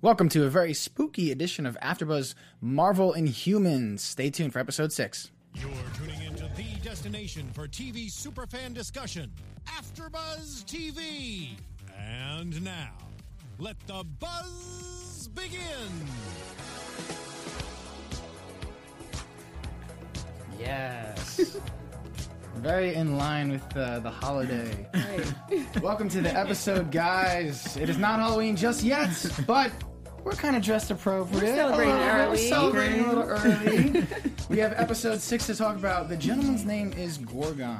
Welcome to a very spooky edition of AfterBuzz Marvel Inhumans. Stay tuned for episode six. You're tuning into the destination for TV superfan discussion, AfterBuzz TV. And now, let the buzz begin. Yes. very in line with uh, the holiday. Welcome to the episode, guys. It is not Halloween just yet, but we're kind of dressed appropriate. We're celebrating early. We're celebrating a little early. we have episode six to talk about. The gentleman's name is Gorgon.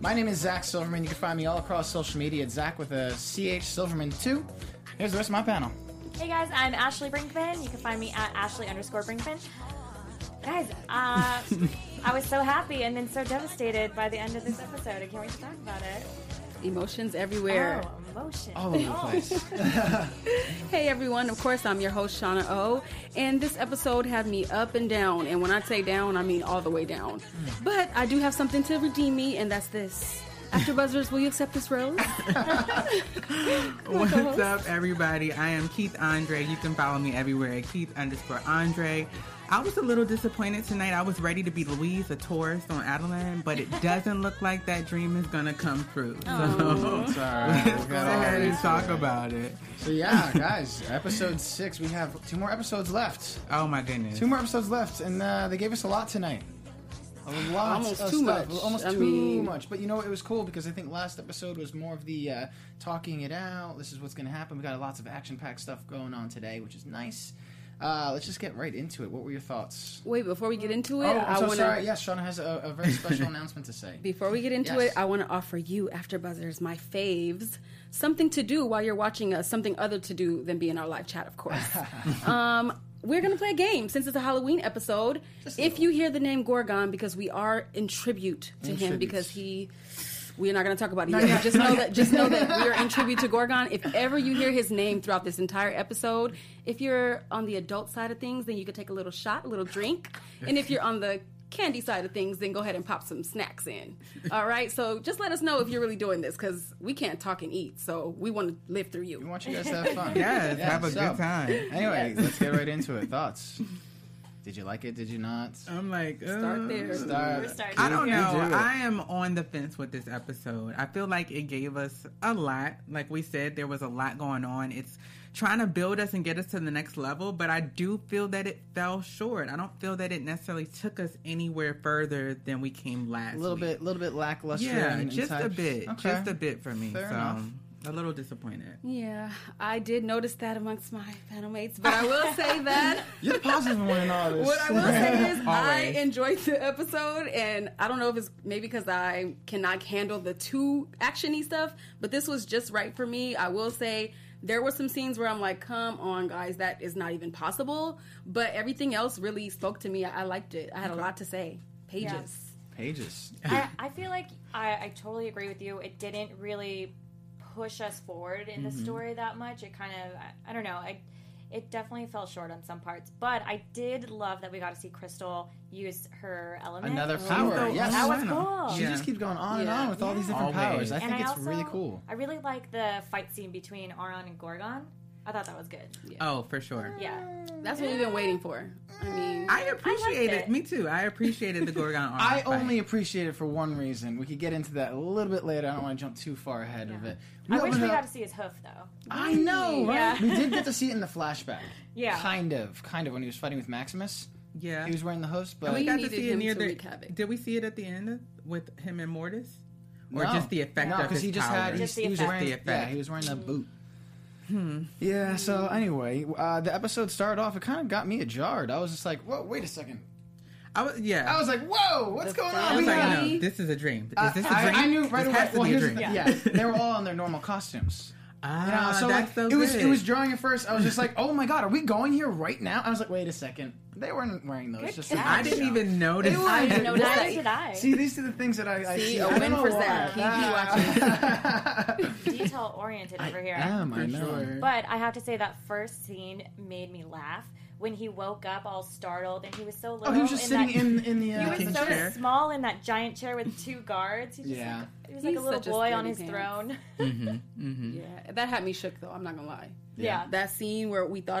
My name is Zach Silverman. You can find me all across social media at Zach with a CH Silverman 2. Here's the rest of my panel. Hey guys, I'm Ashley Brinkman. You can find me at Ashley underscore Brinkman. Guys, uh, I was so happy and then so devastated by the end of this episode. I can't wait to talk about it. Emotions everywhere. Oh, emotion. All over the place. Hey everyone, of course, I'm your host, Shauna O. And this episode had me up and down. And when I say down, I mean all the way down. Hmm. But I do have something to redeem me, and that's this. After Buzzers, will you accept this rose? What's up, everybody? I am Keith Andre. You can follow me everywhere at Keith underscore Andre. I was a little disappointed tonight. I was ready to be Louise, a tourist on Adeline, but it doesn't look like that dream is going to come through. So Oh, It's all right. We've go got all ahead and these talk here. about it. So yeah, guys, episode six. We have two more episodes left. Oh, my goodness. Two more episodes left, and uh, they gave us a lot tonight. A lot, Almost of too stuff. much. Almost I too mean- much. But you know, what? it was cool because I think last episode was more of the uh, talking it out. This is what's going to happen. We got lots of action-packed stuff going on today, which is nice. Uh, let's just get right into it. What were your thoughts? Wait, before we get into it, Oh, I I'm so want sorry. to. Yes, Shauna has a, a very special announcement to say. Before we get into Yes. it, I want to offer you, After Buzzers, my faves, something to do while you're watching us, something other to do than be in our live chat, of course. um, we're going to play a game since it's a Halloween episode. Just a If little. you hear the name Gorgon, because we are in tribute to In him, tribute. because he. We're not going to talk about it yet. Just know that. Just know that we are in tribute to Gorgon. If ever you hear his name throughout this entire episode, if you're on the adult side of things, then you could take a little shot, a little drink, and if you're on the candy side of things, then go ahead and pop some snacks in. All right. So just let us know if you're really doing this because we can't talk and eat, so we want to live through We you. want you guys to have fun. Yes, Yeah, have a so- good time. Anyway, let's get right into it. Thoughts? Did you like it? Did you not? I'm like, Start uh, there. Start. We're starting. I don't You know. do it. I am on the fence with this episode. I feel like it gave us a lot. Like we said, there was a lot going on. It's trying to build us and get us to the next level, but I do feel that it fell short. I don't feel that it necessarily took us anywhere further than we came last. A little week. bit, little bit lackluster. Yeah, in- in just a type. bit. Okay. Just a bit for me. Fair so enough. a little disappointed. Yeah, I did notice that amongst my panel mates, but I will say that. You're the positive one in all this. What I will say is, I Always. enjoyed the episode, and I don't know if it's maybe because I cannot handle the too actiony stuff, but this was just right for me. I will say there were some scenes where I'm like, "Come on, guys, that is not even possible." But everything else really spoke to me. I, I liked it. I had a lot to say. Pages. pages. I, I feel like I, I totally agree with you. It didn't really push us forward in the story that much. It kind of, I, I don't know, I, it definitely fell short on some parts. But I did love that we got to see Crystal use her element. Another power. So, yes. That was Lana. cool. She Yeah. just keeps going on and Yeah. on with all these Yeah. different powers. Always. I And think I it's also- really cool. I really like the fight scene between Aron and Gorgon. I thought that was good. Oh, for sure. Yeah. That's what we've been waiting for. I mean, I appreciate it. it. Me too. I appreciated the Gorgon armor. I fight. only appreciate it for one reason. We could get into that a little bit later. I don't want to jump too far ahead of Yeah. it. I wish opened we up- got to see his hoof though. I know, right? Yeah. We did get to see it in the flashback. Yeah. Kind of, kind of when he was fighting with Maximus. Yeah. He was wearing the host, but we we got to needed see it him near to the. wreak havoc. Did we see it at the end of- with him and Mortis, or No. just the effect No, of his he just powers? had he, Just the he was effect. wearing The yeah effect. Hmm. he was wearing the boot. Yeah. So anyway, uh, the episode started off. It kind of got me ajarred. I was just like, "Whoa, wait a second. I was yeah. I was like, "Whoa, what's going I on?" was We like, had- Yeah. no, this is a dream. I- Is this a I, dream? I knew right this away. Has to Well, be a here's the dream. thing. Yeah. yeah, they were all in their normal costumes. Ah, And I- so that's like, so it good. was it was jarring at first. I was just like, "Oh my god, are we going here right now?" I was like, "Wait a second, they weren't wearing those." Just like I on the didn't show. even notice. It was- that. No, Neither that- did I. See, these are the things that I, I See, see. a I don't win know for why. Zach. He- he watches. Detail oriented over here. Damn, I know. But I have to say that first scene made me laugh when he woke up all startled and he was so little. Oh, he was just in sitting that, in in the. He Uh, was King so chair. small in that giant chair with two guards. He just Yeah. Mm-hmm. like, he was like He's a little such a boy on scaredy his pants. throne. yeah, that had me shook though. I'm not gonna lie. yeah. That scene where we thought.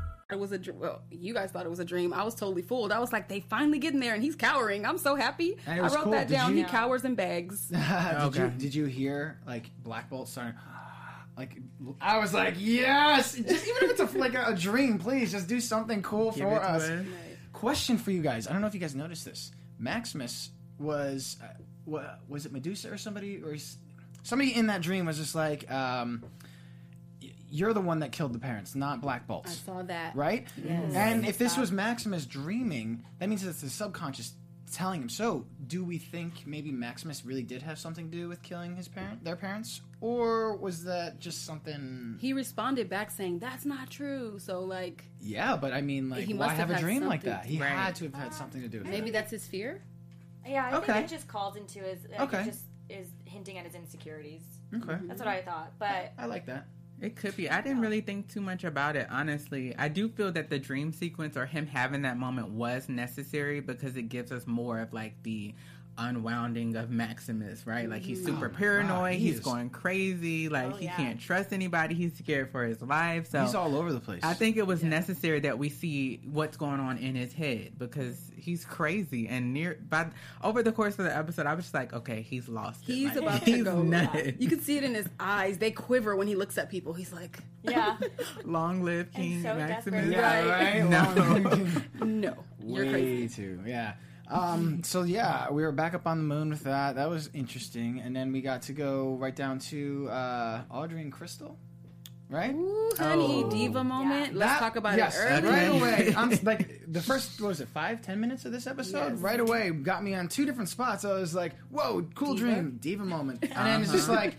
It was a dr- well, you guys thought it was a dream. I was totally fooled. I was like, they finally getting there, and he's cowering. I'm so happy. And it I was wrote cool. that Did down. you- He cowers and begs. did you did you hear like Black Bolt starting? Like I was like, yes. Just even if it's a, like a, a dream, please just do something cool Give it for to us. us. Question for you guys. I don't know if you guys noticed this. Maximus was uh, wa- was it Medusa or somebody or s- somebody in that dream was just like, um, y- you're the one that killed the parents, not Black Bolt. I saw that. right? And if this was Maximus dreaming, that means it's the subconscious telling him. So, do we think maybe Maximus really did have something to do with killing his parent, their parents, or was that just something? He responded back saying, "That's not true." So like, Yeah, but I mean, like, He why must have, have a had dream like something that? He Right. had to have had something to do with it. maybe that's his fear. Yeah, I Okay. think it just calls into his. Like, Okay. It just is hinting at his insecurities. Okay, That's what I thought. But I like that. It could be. I didn't really think too much about it, honestly. I do feel that the dream sequence or him having that moment was necessary because it gives us more of like the unwounding of Maximus, right? Like he's super paranoid, he he's is- going crazy, like he yeah. can't trust anybody, he's scared for his life. So He's all over the place. I think it was necessary that we see what's going on in his head because he's crazy and near. By over the course of the episode, I was just like, okay, he's lost. it. He's Like, about to he's go. nuts. You can see it in his eyes. They quiver when he looks at people. He's like, yeah, Long live King so Maximus. desperate. yeah, right. No. "No, you're Way crazy." too, yeah. Um, so yeah, we were back up on the moon with that. That was interesting, and then we got to go right down to uh, Audrey and Crystal, right? Ooh, honey, Oh. diva moment. Let's That- talk about yes, it early. right Okay. away. I'm like the first what was it five ten minutes of this episode? Right away, got me on two different spots. I was like, "Whoa, cool dream, diva moment," and then it's just Uh-huh. like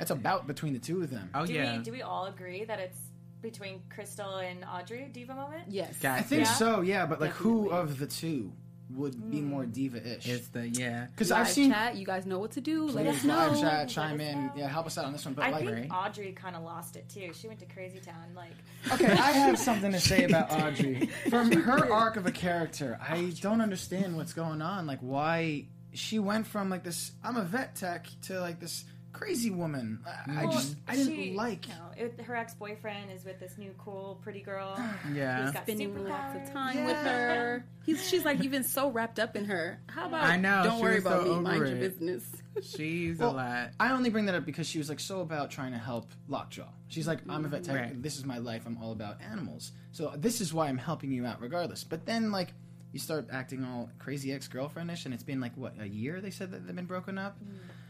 it's a bout between the two of them. Oh do yeah. we do we all agree that it's between Crystal and Audrey diva moment? Yes. I Gotcha. think so, yeah. But like, who of the two would be more diva-ish? It's the yeah. Because Hmm. Live I've seen chat. You guys know what to do. Let us Please, know. live chat, chime in. Yeah, help us out on this one. But I like, think Audrey kind of lost it too. She went to Crazy Town. Like, okay, I have something to say about Audrey. From her arc of a character, I don't understand what's going on. Like, why she went from like this "I'm a vet tech" to like this crazy woman. I, I just I didn't she- like. No, it, her ex boyfriend is with this new cool pretty girl. Yeah. He's got spending lots of superpowers. time Yeah. with her. He's she's like even so wrapped up in her. How about I know, Don't she worry was about so me. Mind over your it. business. She's a lot. I only bring that up because she was like so about trying to help Lockjaw. She's like, I'm a vet tech. Right. This is my life. I'm all about animals. So this is why I'm helping you out, regardless. But then like. You start acting all crazy ex-girlfriendish, and it's been like what a year. They said that they've been broken up.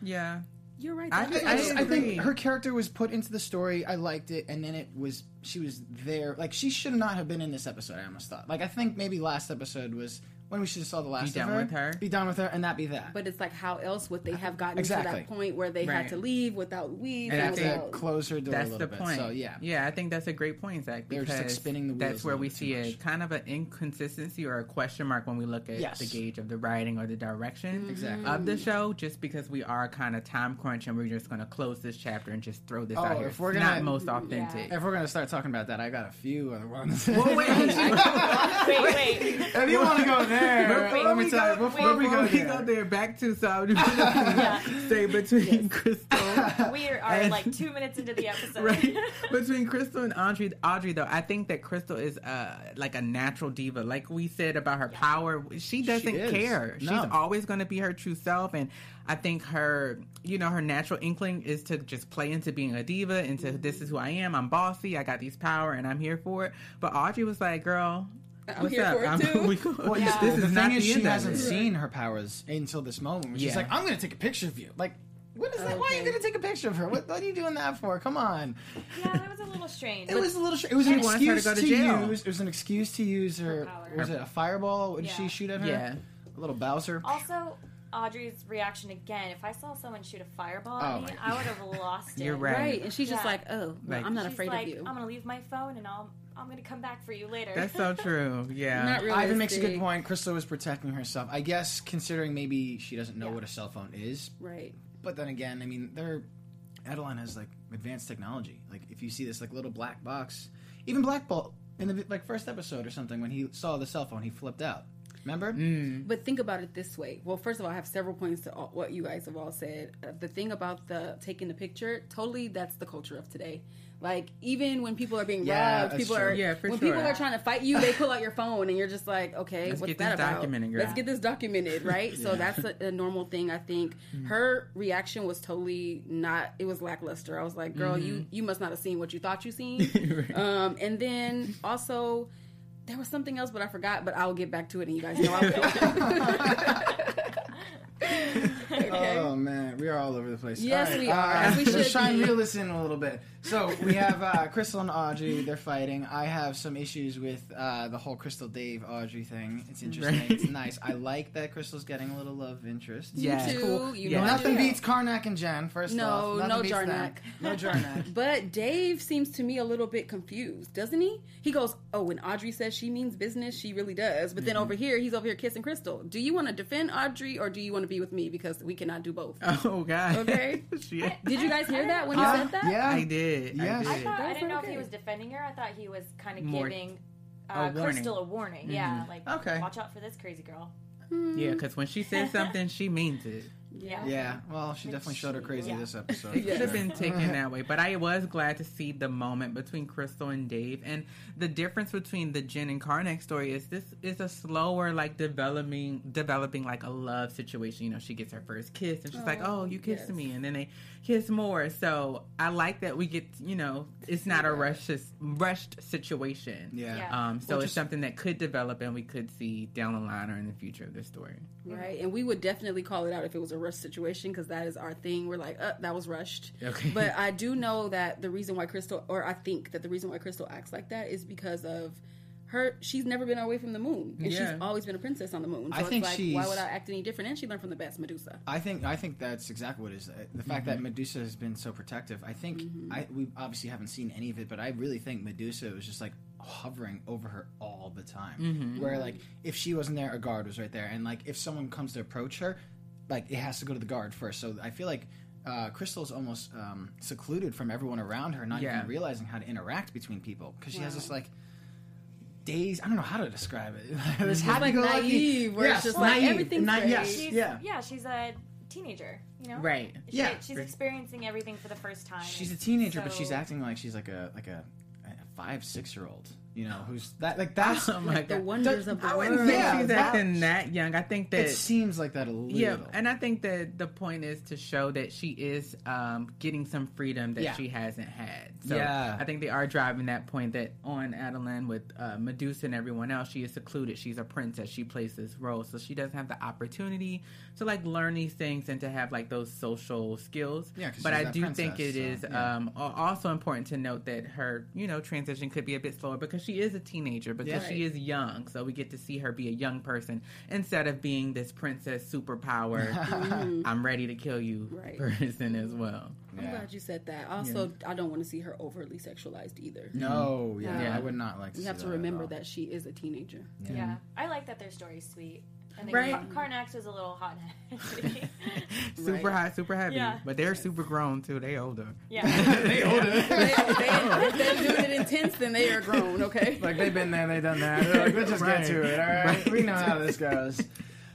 Yeah. You're right. I that think- is- I, just- I think agree. her character was put into the story. I liked it, and then it was she was there. Like she should not have been in this episode. I almost thought. Like I think maybe last episode was when we should have saw the last. done of her, with her? Be done with her, and that be that. but it's like how else would they have gotten to Exactly. that point where they Right. had to leave without leave? And I Have to think without- close her door a That's little the bit. point. So yeah, yeah, I think that's a great point, Zach. They're Because just, like, spinning the wheels that's a where little we bit see too a much. kind of an inconsistency or a question mark when we look at Yes. the gauge of the writing or the direction Exactly. of the show. Just because we are kind of time crunch and we're just going to close this chapter and just throw this Oh, out here. if It's we're not gonna- most authentic. If we're gonna start talking about that, I got a few other ones. Well, wait, Wait, wait. if you want to go there, Before let we me tell you. go- Before we go we there, go there, back to so I would just gonna say between Crystal, We are And- like two minutes into the episode. right? Between Crystal and Audrey, Audrey though, I think that Crystal is uh, like a natural diva. Like we said about her power, she doesn't is. care. No. She's always going to be her true self, and I think her, you know, her natural inkling is to just play into being a diva, into this is who I am. I'm bossy. I got these power, and I'm here for it. But Audrey was like, "Girl, I'm what's here up? for it, too." we go- Well, yeah. This the is thing not is, the she end of hasn't it. seen her powers until this moment. Where She's Yeah. like, "I'm going to take a picture of you." Like, what is that? Why are you going to take a picture of her? What, what are you doing that for? Come on. Yeah, that was a little strange. It was a little. Sh- it was an She wants her to excuse go to, to jail. use. It was an excuse to use her. power. Was it a fireball? What Did Yeah. she shoot at her? Yeah. A little Bowser. Also, Audrey's reaction again. If I saw someone shoot a fireball at Oh me, my- I would have lost it. You're right. Right, and she's just Yeah. like, oh, well, Like- "Oh, I'm not She's afraid like, of you. I'm gonna leave my phone and all I'm gonna come back for you later. That's so true. Yeah. Not really. Ivan makes a good point. Crystal was protecting herself. I guess considering maybe she doesn't know what a cell phone is. Right. But then again, I mean, they're Adeline has like advanced technology. Like if you see this like little black box, even Black Bolt in the like first episode or something when he saw the cell phone, he flipped out. Remember? Mm-hmm. But think about it this way. Well, first of all, I have several points to all, what you guys have all said. Uh, the thing about the taking the picture, totally, that's the culture of today. Like even when people are being Yeah, robbed, that's people true. are Yeah, for when sure. people are trying to fight you, they pull out your phone, and you're just like, okay, Let's what's get this that about? documented, girl. Let's get this documented, right? So that's a, a normal thing. I think Mm. her reaction was totally not. It was lackluster. I was like, girl, you Mm-hmm. you must not have seen what you thought you seen. um, and then also. There was something else, but I forgot. But I'll get back to it, and you guys know I will. okay. Oh man, we are all over the place. Yes, All we are. Uh, As we let's should try and be. reel this in a little bit. So we have uh, Crystal and Audrey. They're fighting. I have some issues with uh, the whole Crystal Dave Audrey thing. It's interesting. Right. It's nice. I like that Crystal's getting a little love interest. Yeah. too. Cool. You Yeah. know Nothing I do. beats Karnak and Jen. First No, off, Nothing no beats them. Jarnak. No Jarnak. But Dave seems to me a little bit confused, doesn't he? He goes, "Oh, when Audrey says she means business, she really does." But then over here, he's over here kissing Crystal. Do you want to defend Audrey or do you want to be with me? Because we cannot do both. Oh God. Okay. She- Did you guys hear that when he yeah, said that? yeah. I did. Yes. I I did. thought I That's didn't know if okay. he was defending her. I thought he was kind of More- giving uh, warning. Crystal a warning. Mm-hmm. Yeah, like Okay. watch out for this crazy girl. Yeah, because when she says something, she means it. Yeah. Yeah. Well, she definitely showed her crazy Yeah. this episode. It could have been taken that way, but I was glad to see the moment between Crystal and Dave, and the difference between the Jen and Karnak story is this is a slower, like developing, developing like a love situation. You know, she gets her first kiss, and she's like, "Oh, you kissed yes. me," and then they kiss more. So I like that we get, you know, it's not a rushed rushed situation. Yeah. Yeah. Um, so Well, it's just- something that could develop, and we could see down the line or in the future of this story. Right, and we would definitely call it out if it was a rush situation because that is our thing. We're like, uh, that was rushed. Okay. But I do know that the reason why Crystal, or I think that the reason why Crystal acts like that is because of her. She's never been away from the moon, and Yeah. she's always been a princess on the moon. So I think it's like, she's- why would I act any different? And she learned from the best, Medusa. I think I think that's exactly what it is. The fact Mm-hmm. that Medusa has been so protective. I think I we obviously haven't seen any of it, but I really think Medusa was just like hovering over her all the time. Mm-hmm. Where like if she wasn't there, a guard was right there, and like if someone comes to approach her, like it has to go to the guard first. So I feel like. Uh, Crystal's almost um, secluded from everyone around her, not Yeah. even realizing how to interact between people because she has this like days. I don't know how to describe it. this like happy-go-lucky- naive, where it's just like, everything's Ni- great. yes, She's, yeah. yeah. she's a teenager. You know. Right. She, Yeah. She's experiencing everything for the first time. She's a teenager, but she's So- acting like she's like a like a, a five six year old. You know, who's that? Like that's Oh my The God. wonders of the I world. wouldn't think Mm. Yeah, she's that- acting that young. I think that it seems like that a little. Yeah, and I think that the point is to show that she is um, getting some freedom that Yeah. she hasn't had. So Yeah. I think they are driving that point that on Adeline with uh, Medusa and everyone else, she is secluded. She's a princess. She plays this role, so she doesn't have the opportunity to like learn these things and to have like those social skills. Yeah, 'cause but she's I that do princess, think it so, is yeah. um, al- also important to note that her you know transition could be a bit slower because she is a teenager because Yeah. she is young. So we get to see her be a young person instead of being this princess superpower. Mm-hmm. I'm ready to kill you Right. person as well. I'm glad you said that. Also, I don't want to see her overly sexualized either. no, yeah, Yeah. I would not like. To You see have to that at remember all. that she is a teenager. Yeah. I like that their story's sweet. And then Right. Car- Carnax was a little hot. Super hot, super heavy. Yeah. But they're super grown too. They older. yeah. they, they, if they're doing it intense, then they are grown. Okay. Like they've been there, they've done that. They're like, let's just Right. get to it. All right, we know how this goes.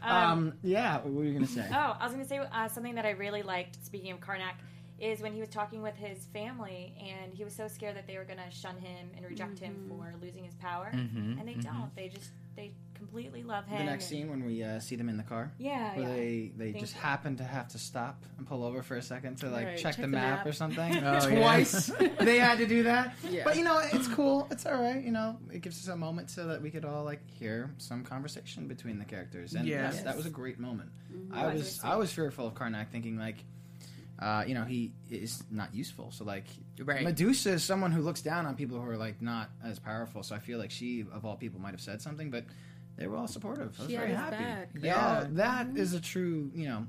Um, yeah, what were you gonna say? Oh, I was going to say uh, something that I really liked, speaking of Karnak, is when he was talking with his family and he was so scared that they were going to shun him and reject him Mm-hmm. for losing his power. And they don't. They just, they completely love him. the next and- scene when we uh, see them in the car. Yeah, Where yeah. they, they Thank just you. happen to have to stop and pull over for a second to like Right, check, check the, the map, map. or something. Oh, yeah. Twice they had to do that. Yeah. But you know, it's cool. It's all right. You know, it gives us a moment so that we could all like hear some conversation between the characters. And Yeah. yes, that was a great moment. I was I was fearful of Karnak, thinking like. Uh, you know he is not useful. So like, Right. Medusa is someone who looks down on people who are like not as powerful. So I feel like she, of all people, might have said something, but they were all supportive. I was She had very his happy. back. Yeah, that is a true, you know,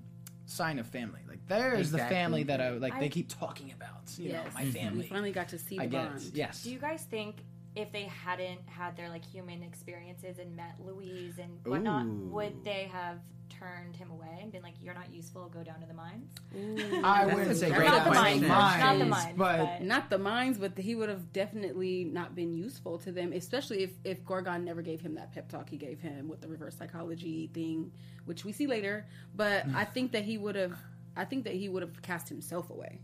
sign of family. Like there is Exactly. the family that I like. they I- keep talking about. You know, Yes. my family. We finally got to see the I get bond. it. Yes. Do you guys think if they hadn't had their like human experiences and met Louise and whatnot, would they have turned him away and been like, "You're not useful. Go down to the mines." I wouldn't say great go Not the down mines. to Not the mines, but but- Not the mines, but he would have definitely not been useful to them, especially if, if Gorgon never gave him that pep talk he gave him with the reverse psychology thing, which we see later. But I Mm. think that he would have, I think that he would have cast himself away.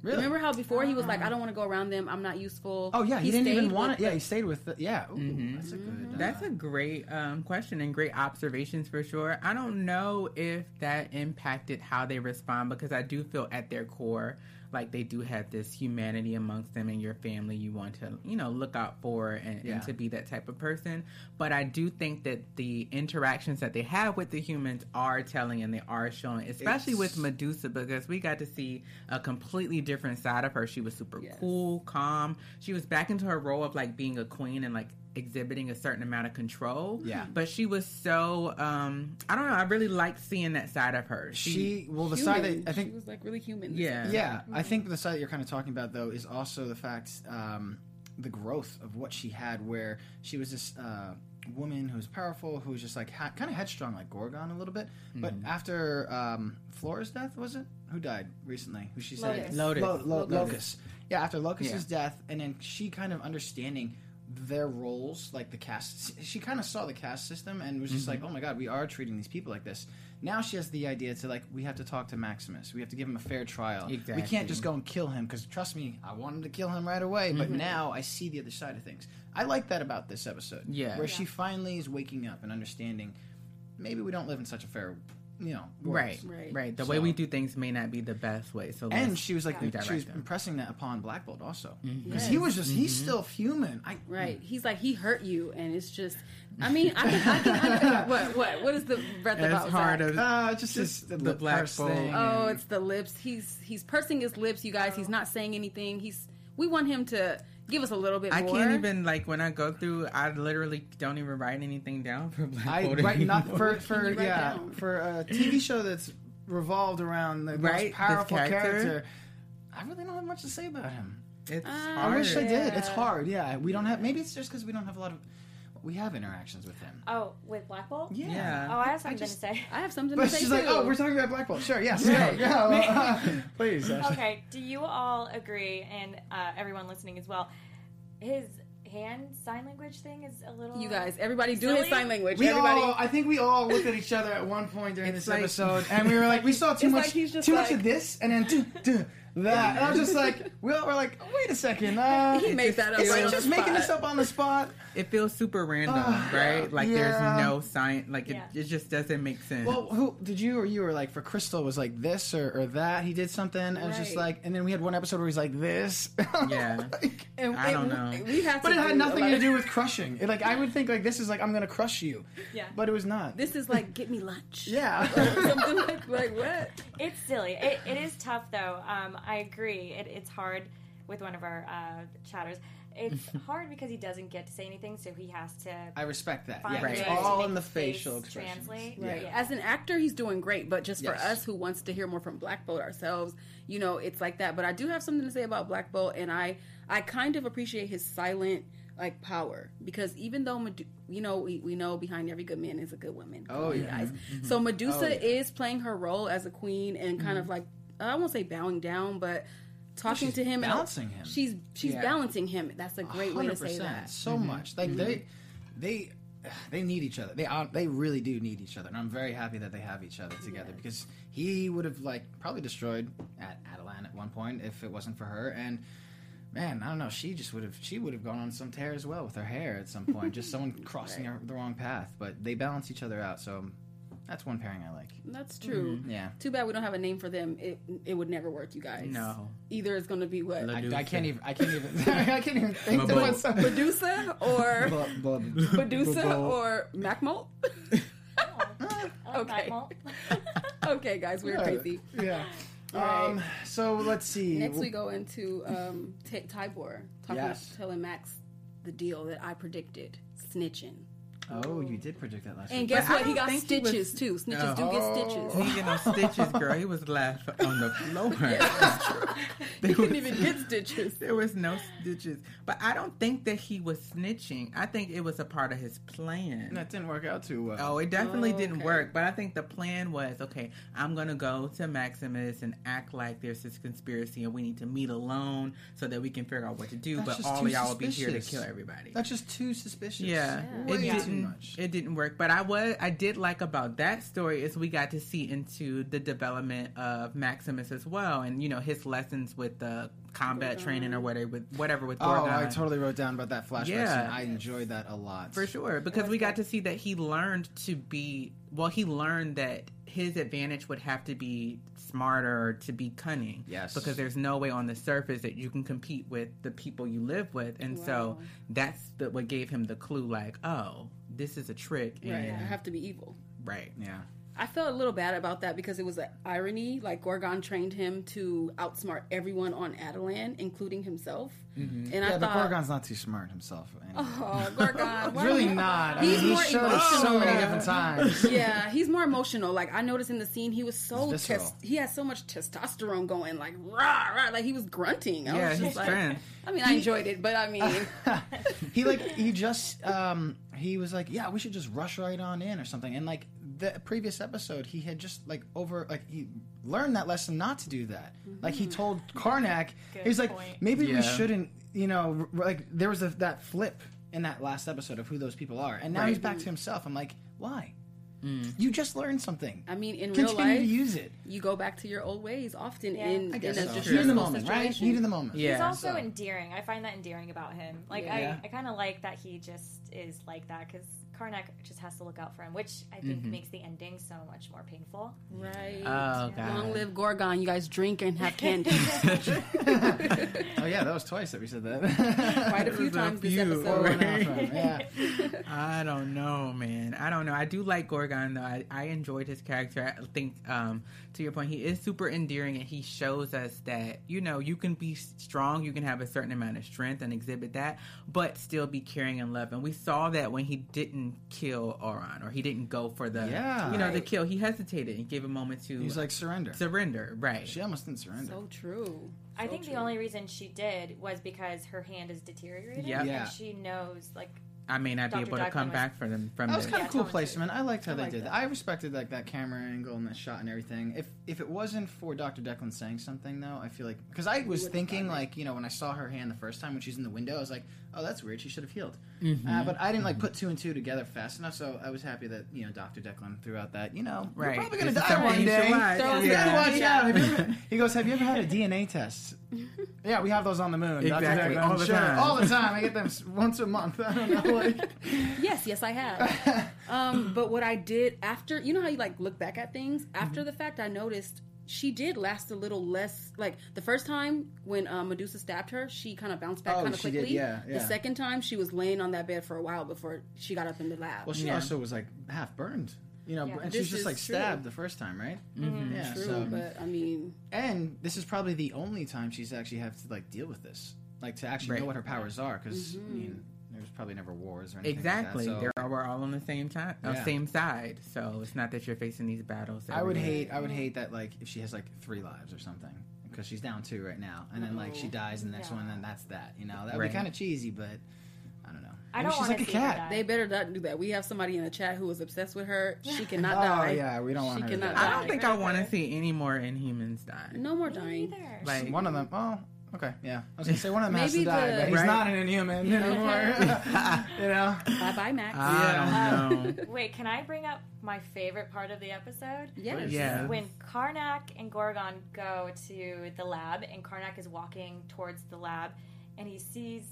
Really? Remember how before he was like, I don't want to go around them. I'm not useful. oh yeah, he, didn't stayed even with want it. Yeah, he stayed with. The, yeah, Ooh, that's a good. uh, That's a great um, question and great observations for sure. I don't know if that impacted how they respond because I do feel at their core like they do have this humanity amongst them and your family you want to you know look out for and, Yeah. and to be that type of person but i do think that the interactions that they have with the humans are telling and they are showing especially with medusa because we got to see a completely different side of her she was super cool calm she was back into her role of like being a queen and like exhibiting a certain amount of control Yeah. but she was so um i don't know i really liked seeing that side of her she well the human. side that I she think was like really human. yeah yeah I Mm-hmm. think the side that you're kind of talking about though is also the fact um, the growth of what she had where she was this uh, woman who was powerful who was just like ha- kind of headstrong like Gorgon a little bit but Mm-hmm. after um, Flora's death was it who died recently who she said Lotus. Lotus. Lo- lo- Locus yeah after Locus's death and then she kind of understanding their roles like the cast she kind of saw the cast system and was just Mm-hmm. like oh my god we are treating these people like this now she has the idea to like we have to talk to maximus we have to give him a fair trial we Exactly. Mm-hmm. can't just go and kill him because trust me i wanted to kill him right away but now i see the other side of things i like that about this episode Yeah. where she finally is waking up and understanding maybe we don't live in such a fair you know world. Right, Right. right, The way So- we do things may not be the best way. So and let's- she was like Yeah. Mm-hmm. she was Redirect him. impressing that upon black bolt also because he was just he's still human i Right. He's like he hurt you, and it's just. I mean, I can. I can, I can what? What? What is the breath as about? hard Zach? as Uh, just, Just this, the, the black black bolt. thing. Oh, it's the lips. He's he's pursing his lips, you guys. Oh. He's not saying anything. He's. We want him to give us a little bit I more. can't even like when I go through. I literally don't even write anything down for Black I Bolt right not anymore. for for you write yeah down? for a TV show that's revolved around the Right, most this powerful character. character. I really don't have much to say about him. It's I hard. wish I did. It's hard. Yeah, we don't have. Maybe it's just because we don't have a lot of. We have interactions with him. Oh, with Black Bolt. Yeah. Yeah. Oh, I have something just- to say. I have something But to say she's too. like, oh, we're talking about Black Bolt. Sure, yes. Yeah, yeah, well, uh, please. Ashley. okay, do you all agree, and uh, everyone listening as well, his hand sign language thing is a little. you guys. Everybody doing his Silly? sign language. We everybody. all, I think we all looked at each other at one point during this like- episode, and we were like, we saw too It's much, like he's just too much like- of this, and then too, too, that. And I was just like, we all were like, wait a second, uh, he made that up. is right he on just the making spot. this up on the spot? It feels super random, right? Like yeah. there's no science. Like Yeah. it, it just doesn't make sense. Well, who did you or you were like for Crystal was like this or, or that? He did something, and it was just Right. like, and then we had one episode where he's like this. yeah, Like, And- I don't and know. We have but to it had do a nothing lot to of- do with crushing. It, like I would think like this is like I'm gonna crush you. Yeah. But it was not. This is like get me lunch. yeah. Something like like what? It's silly. It, it is tough, though. Um, I agree. It, it's hard with one of our uh, chatters. It's hard because he doesn't get to say anything, so he has to. I respect that. find Yeah, ways it's to all make in the his facial face expressions. Translate. Yeah. Right. As an actor, he's doing great, but just Yes. for us who wants to hear more from Black Bolt ourselves, you know, it's like that. But I do have something to say about Black Bolt, and I I kind of appreciate his silent like power because even though Medu- you know we, we know behind every good man is a good woman. Come Oh, on, you yeah. guys. So Medusa Oh, yeah. Mm-hmm. is playing her role as a queen and kind of like I won't say bowing down, but talking she's to him, and- balancing him. She's she's Yeah. balancing him. That's a great way to say 100%. that. So much. Like they, they, they need each other. They are, they really do need each other, and I'm very happy that they have each other together because he would have like probably destroyed at Adelan at one point if it wasn't for her and. Man, I don't know. She just would have. She would have gone on some tear as well with her hair at some point. just someone crossing her, the wrong path. But they balance each other out. So that's one pairing I like. That's true. Yeah. Too bad we don't have a name for them. It it would never work, you guys. No. Either it's going to be what I, Medusa. I can't even. I can't even. I can't even think of Mabul. what's. producer or Bub- bub- producer Mabul. or MacMolt. I like Okay. that, Walt. okay, guys, we're crazy. Yeah. right. Um, so let's see. Next we go into um, T- Tybor talking, Yes. telling Max the deal that I predicted, snitching. Oh, you did predict that last And week. guess But I what? He don't got think he was- stitches too. Snitches do get stitches. He didn't get no stitches, girl. He was left on the floor. There was- stitches. There was no stitches. But I don't think that he was snitching. I think it was a part of his plan. that didn't work out too well. Oh, it definitely Oh, didn't okay. work. But I think the plan was okay, I'm going to go to Maximus and act like there's this conspiracy and we need to meet alone so that we can figure out what to do. That's but just all too of y'all will be here to suspicious. kill everybody. That's just too suspicious. yeah, Way it too didn't. much. It didn't work, but I was I did like about that story is we got to see into the development of Maximus as well, and you know his lessons with the combat training or whatever with whatever with Oh, Gorgon. I totally wrote down about that flashback Yeah. scene. I enjoyed that a lot. For sure, because we got to see that he learned to be well. He learned that his advantage would have to be smarter or to be cunning. Yes. because there's no way on the surface that you can compete with the people you live with, and so that's the, what gave him the clue. Like, oh, this is a trick. And, Right. I have to be evil. Right. Yeah. I felt a little bad about that because it was an irony. Like Gorgon trained him to outsmart everyone on Adelan, including himself. And I Mm-hmm. Yeah, but thought, Gorgon's not too smart himself. anyway. oh, Gorgon, He's why really would- not. I He's mean, he more showed it emotional. so many different times. Yeah, he's more emotional. Like I noticed in the scene, he was so He's visceral. tes- he has so much testosterone going, like rah rah, like he was grunting. I Yeah, was just he's like, grand. I mean, I enjoyed it, but I mean, he like he just um he was like yeah we should just rush right on in or something and like the previous episode he had just like over like he learned that lesson not to do that like Mm-hmm. he told Karnak he's like point. maybe we Yeah. shouldn't you know r- like there was a, that flip in that last episode of who those people are and now he's back to himself I'm like why Mm. you just learned something I mean, in real continue life, to use it you go back to your old ways often Yeah. in, I in guess a so. just heat in the stressful moment right situation. heat in the moment Yeah. He's also so- endearing. I find that endearing about him. Like Yeah. I, I kind of like that he just is like that because Karnak just has to look out for him, which I think makes the ending so much more painful. Right. Oh Long god. live Gorgon. You guys drink and have candy. oh yeah that was twice that we said that Quite a few There's a times this few episode. already. Oh, yeah I don't know, man. I don't know. I do like Gorgon though. I, I enjoyed his character. I think um to your point, he is super endearing and he shows us that, you know, you can be strong, you can have a certain amount of strength and exhibit that, but still be caring and love. And we saw that when he didn't kill Oron or he didn't go for the Yeah. you know, the kill. He hesitated and gave a moment to he was like surrender surrender. Right. she almost didn't surrender So true. I think the only reason she did was because her hand is deteriorating, Yeah. Yeah. and she knows like I may not be Dr. able to Doug come was- back for them from That was this. kind of Yeah, cool Tom was placement. I liked how they like did that. that. I respected like that camera angle and the shot and everything. If if it wasn't for Dr. Declan saying something though, I feel like because I was thinking like you know when I saw her hand the first time when she's in the window, I was like, oh that's weird. She should have healed. Mm-hmm. Uh, but I didn't like put two and two together fast enough, so I was happy that you know Dr. Declan threw out that you know Right. you're probably gonna This is die something one you should day. watch. So Yeah. you gotta watch out. Have you ever- he goes, have you ever had a DNA test? yeah, we have those on the moon. Dr. Exactly. Declan, All the sure. time. All the time. I get them s- once a month. I don't know. Like, Yes, yes, I have. um, but what I did after, you know how you like look back at things after Mm-hmm. the fact. I noticed she did last a little less. Like the first time when uh, Medusa stabbed her, she kind of bounced back Oh, kind of she did, quickly. yeah, yeah. The second time, she was laying on that bed for a while before she got up in the lab. Well, she also was like half burned, you know, and This she's just is like true. stabbed the first time, right? Mm-hmm. Yeah. True, so, but I mean, and this is probably the only time she's actually have to like deal with this, like to actually know Right. what her powers are, because I Mm-hmm. mean, there's probably never wars or anything. Exactly. Like that, so- They're all- we're all on the same time, uh, Yeah. same side. So it's not that you're facing these battles. I would every day. hate. I Mm-hmm. would hate that like if she has like three lives or something, because she's down two right now, and then like Oh, she dies in the next one, and then that's that. You know, that would Right. be kind of cheesy, but I don't know. I Maybe don't she's want like to a see her cat. die. they better not do that. We have somebody in the chat who was obsessed with her. She cannot Oh, die. yeah, we don't want She her to cannot die. I die. don't think I want to see any more Inhumans die. no more dying. Either. Like One of them. Oh, okay, yeah. I was gonna say one of them has to Maybe die, the- but he's Right. not an inhuman anymore. you know. Bye, bye, Max. I don't know. Wait, can I bring up my favorite part of the episode? yeah. yeah. When Karnak and Gorgon go to the lab, and Karnak is walking towards the lab, and he sees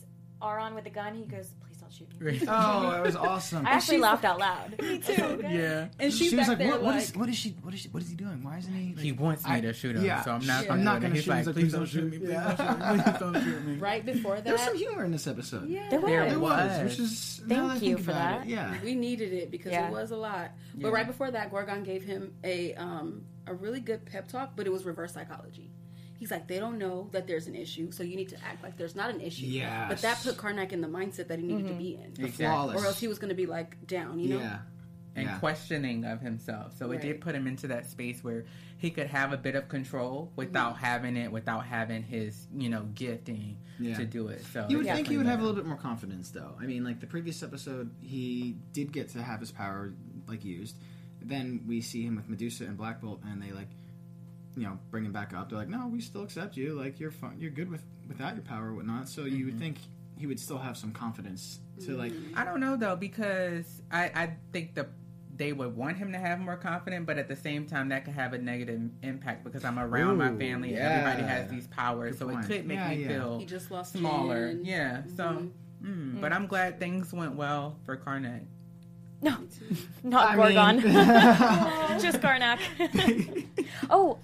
Aron with a gun, he goes, "Please don't shoot me." Right. Oh, that was awesome. I actually laughed out loud. Me too. yeah. And she's she was back like, there what, like, what is what is she what is she what is he doing? Why isn't he? Like, He wants me I- to shoot him, yeah. so I'm not. Yeah. gonna I'm not do it. gonna shoot And he's him. He's like, Like, please "Please don't don't shoot shoot me." me. Please Yeah. don't shoot me. Please don't shoot me. right before There was that. some humor in this episode. Yeah, Yeah. There there was. was. Which is now Thank that I you think for about that. It, yeah, We needed it because Yeah. it was a lot. Yeah. But right before that, Gorgon gave him a um, a really good pep talk, but it was reverse psychology. He's like, they don't know that there's an issue, so you need to act like there's not an issue. Yes. But that put Karnak in the mindset that he needed Mm-hmm. to be in. Exactly. Or else he was going to be like down, you know? yeah. and yeah. questioning of himself. So it Right. did put him into that space where he could have a bit of control without Mm-hmm. having it, without having his, you know, gifting Yeah. to do it. So You would it think he would definitely have a was. little bit more confidence, though. I mean, like the previous episode, he did get to have his power like used. Then we see him with Medusa and Black Bolt, and they like, you know, bring him back up. They're like, "No, we still accept you. Like you're fun. You're good with without your power or whatnot." So you would think he would still have some confidence to like. I don't know though because I, I think the they would want him to have more confidence, but at the same time that could have a negative impact because I'm around my Ooh, family. yeah. Everybody has these powers, Good so point. it could make Yeah, me yeah. feel He just lost Mm-hmm. smaller. Jen. Yeah. So, mm, but I'm glad things went well for Karnak. No, not Gorgon. just Garnak. oh,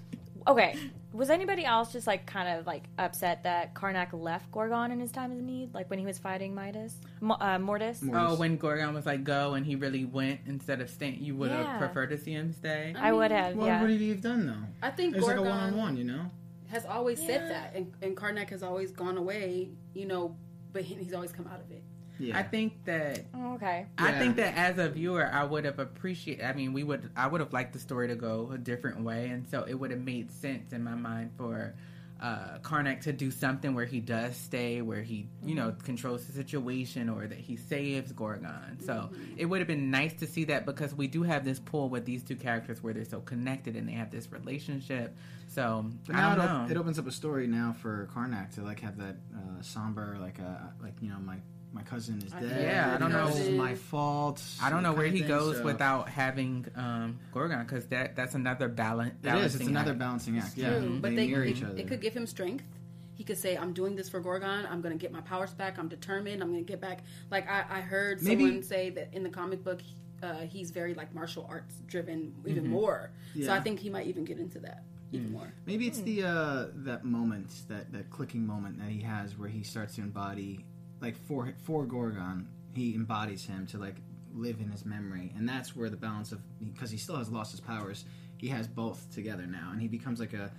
okay. Was anybody else just like kind of like upset that Karnak left Gorgon in his time of need, like when he was fighting Midas, Mo- uh, Mortis? Oh, when Gorgon was like, "Go," and he really went instead of staying. You would have Yeah. preferred to see him stay. I would have, What yeah. would he have done though? I think It's like a Gorgon one-on-one, you know. has always said that, and, and Karnak has always gone away, you know, but he, he's always come out of it. Yeah. I think that Oh, okay. I Yeah. think that as a viewer, I would have appreciated. I mean, we would. I would have liked the story to go a different way, and so it would have made sense in my mind for uh, Karnak to do something where he does stay, where he Mm-hmm. you know controls the situation, or that he saves Gorgon. So Mm-hmm. it would have been nice to see that because we do have this pull with these two characters where they're so connected and they have this relationship. So But I now it, don't op- know. it opens up a story now for Karnak to like have that uh, somber, like uh, like you know my my cousin is dead. Yeah, I don't you know. This is my fault. I don't know kind where of he thing, goes so- without having um, Gorgon because that that's another balance. It is. It's another balancing act. Yeah, Mm-hmm. True, but they, they, mirror it, each other. it could give him strength. He could say, "I'm doing this for Gorgon. I'm going to get my powers back. I'm determined. I'm going to get back." Like I, I heard Maybe- someone say that in the comic book, uh, he's very like martial arts driven, even more. So Mm-hmm. Yeah. Mm. I think he might even get into that even more. Maybe it's the uh, that moment, that that clicking moment that he has where he starts to embody, like for for Gorgon, he embodies him to like live in his memory, and that's where the balance of because he still has lost his powers, he has both together now, and he becomes like a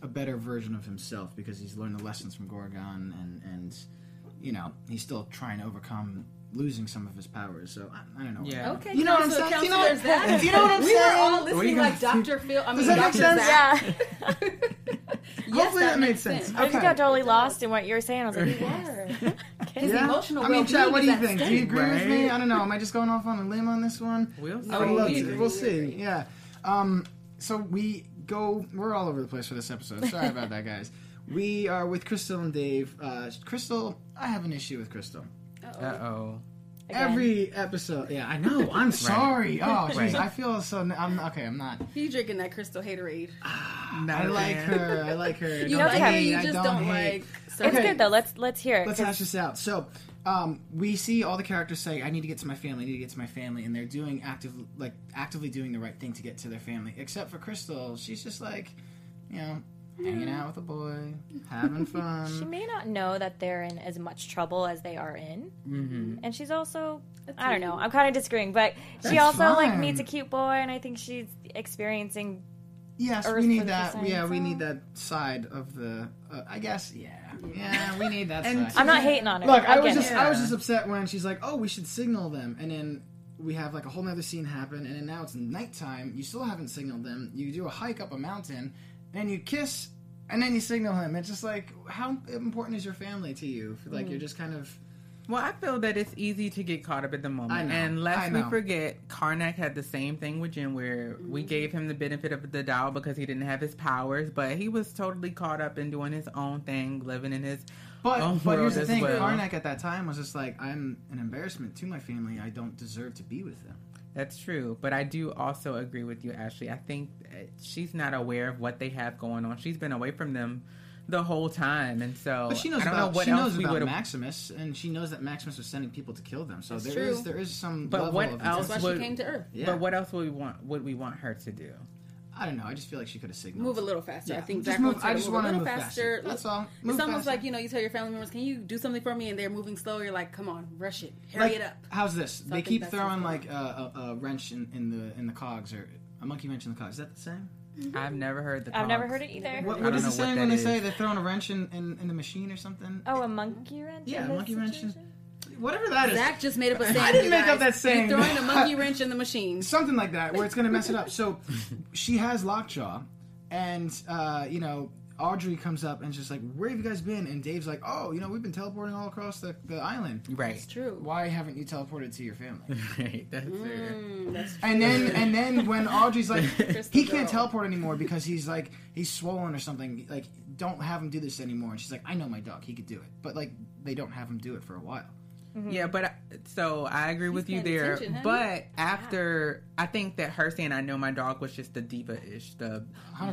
a better version of himself because he's learned the lessons from Gorgon, and and you know he's still trying to overcome losing some of his powers. So I, I don't know. Yeah. Okay, You know what I'm council- saying? You know what- counselors, that- you know what I'm We were saying? all What are listening you like gonna- Dr. Phil. I mean, Does that make Dr. sense? Zach. Yeah, Yes, Hopefully that made makes sense. I just Okay. got totally lost in what you were saying. I was like, "Word." His Yeah? emotional I mean, Chad, well-being what do is you at think? Do stake. you agree with me? Right. I don't know. Am I just going off on a limb on this one? We'll I would see. love We to. agree, We'll we see. agree. Yeah. Um, so we go. We're all over the place for this episode. Sorry about that, guys. We are with Crystal and Dave. Uh, Crystal, I have an issue with Crystal. Uh oh. Every episode, yeah, I know. I'm sorry. Oh, jeez, Right. I feel so. I'm okay. I'm not. He drinking that crystal haterade. I like her. I like her. You Don't like okay. it, hate, you I just don't don't, hate. like. So It's good though. Let's let's hear it. Let's 'cause- hash this out. So, um, we see all the characters say, "I need to get to my family. I need to get to my family," and they're doing active, like actively doing the right thing to get to their family. Except for Crystal, she's just like, you know, hanging out with a boy, having she fun. may not know that they're in as much trouble as they are in, Mm-hmm. and she's also I don't know. I'm kind of disagreeing, but she That's also like fine. meets a cute boy, and I think she's experiencing. yes, Earth we for need the that. science, Yeah, we huh? need that side of the. Uh, I guess. Yeah. Yeah, we need that And side. I'm not hating on her. Look, I was get just it. I was Yeah. just upset when she's like, "Oh, we should signal them," and then we have like a whole nother scene happen, and then now it's nighttime. You still haven't signaled them. You do a hike up a mountain, then you kiss, and then you signal him. It's just like, how important is your family to you? Like Mm. you're just kind of Well, I feel that it's easy to get caught up at the moment. I know. And lest I we know. Mm-hmm. forget, Karnak had the same thing with Jin, where we gave him the benefit of the doubt because he didn't have his powers, but he was totally caught up in doing his own thing, living in his But, own but world here's the as thing, well. Karnak at that time was just like, I'm an embarrassment to my family. I don't deserve to be with them. That's true, but I do also agree with you, Ashley. I think that she's not aware of what they have going on. She's been away from them the whole time, and so But she knows I don't about know what she else knows we about would've- Maximus, and she knows that Maximus was sending people to kill them. So there is true. there is some. But level what of else intensity. That's why would- she came to Earth. Yeah. But what else would we want? Would we want her to do? I don't know. I just feel like she could have signaled. Move a little faster. Yeah, I think just Zach move- wants her I to just move a wanna little move faster. faster. That's all. Move it's almost faster. like you know, you tell your family members, "Can you do something for me?" and they're moving slow. You're like, "Come on, rush it, hurry Like, it up." How's this? I they think keep that's what's throwing going like a, a, a wrench in, in the in the cogs or a monkey wrench in the cogs. Is that the same? I've never heard the. Mm-hmm. I've never cogs. heard it either. What, what I is don't know the what saying that when they is. say they're throwing a wrench in, in, in the machine or something? Oh, a monkey wrench? yeah, in this monkey wrench. situation? in- Whatever that is. Zach just made up a saying. didn't you make up guys. that saying. You're throwing a monkey wrench in the machine. something like that where it's gonna mess it up so she has lockjaw and uh, you know audrey comes up and she's like where have you guys been and dave's like oh you know we've been teleporting all across the, the island Right. True. why haven't you teleported to your family Right. That's it. and then and then when audrey's like he can't girl. teleport anymore because he's like he's swollen or something like don't have him do this anymore and she's like i know my dog he could do it but like they don't have him do it for a while Mm-hmm. Yeah, but I- so I agree with you paying there. attention, honey. But after I think that her saying "I know my dog" was just the diva-ish. The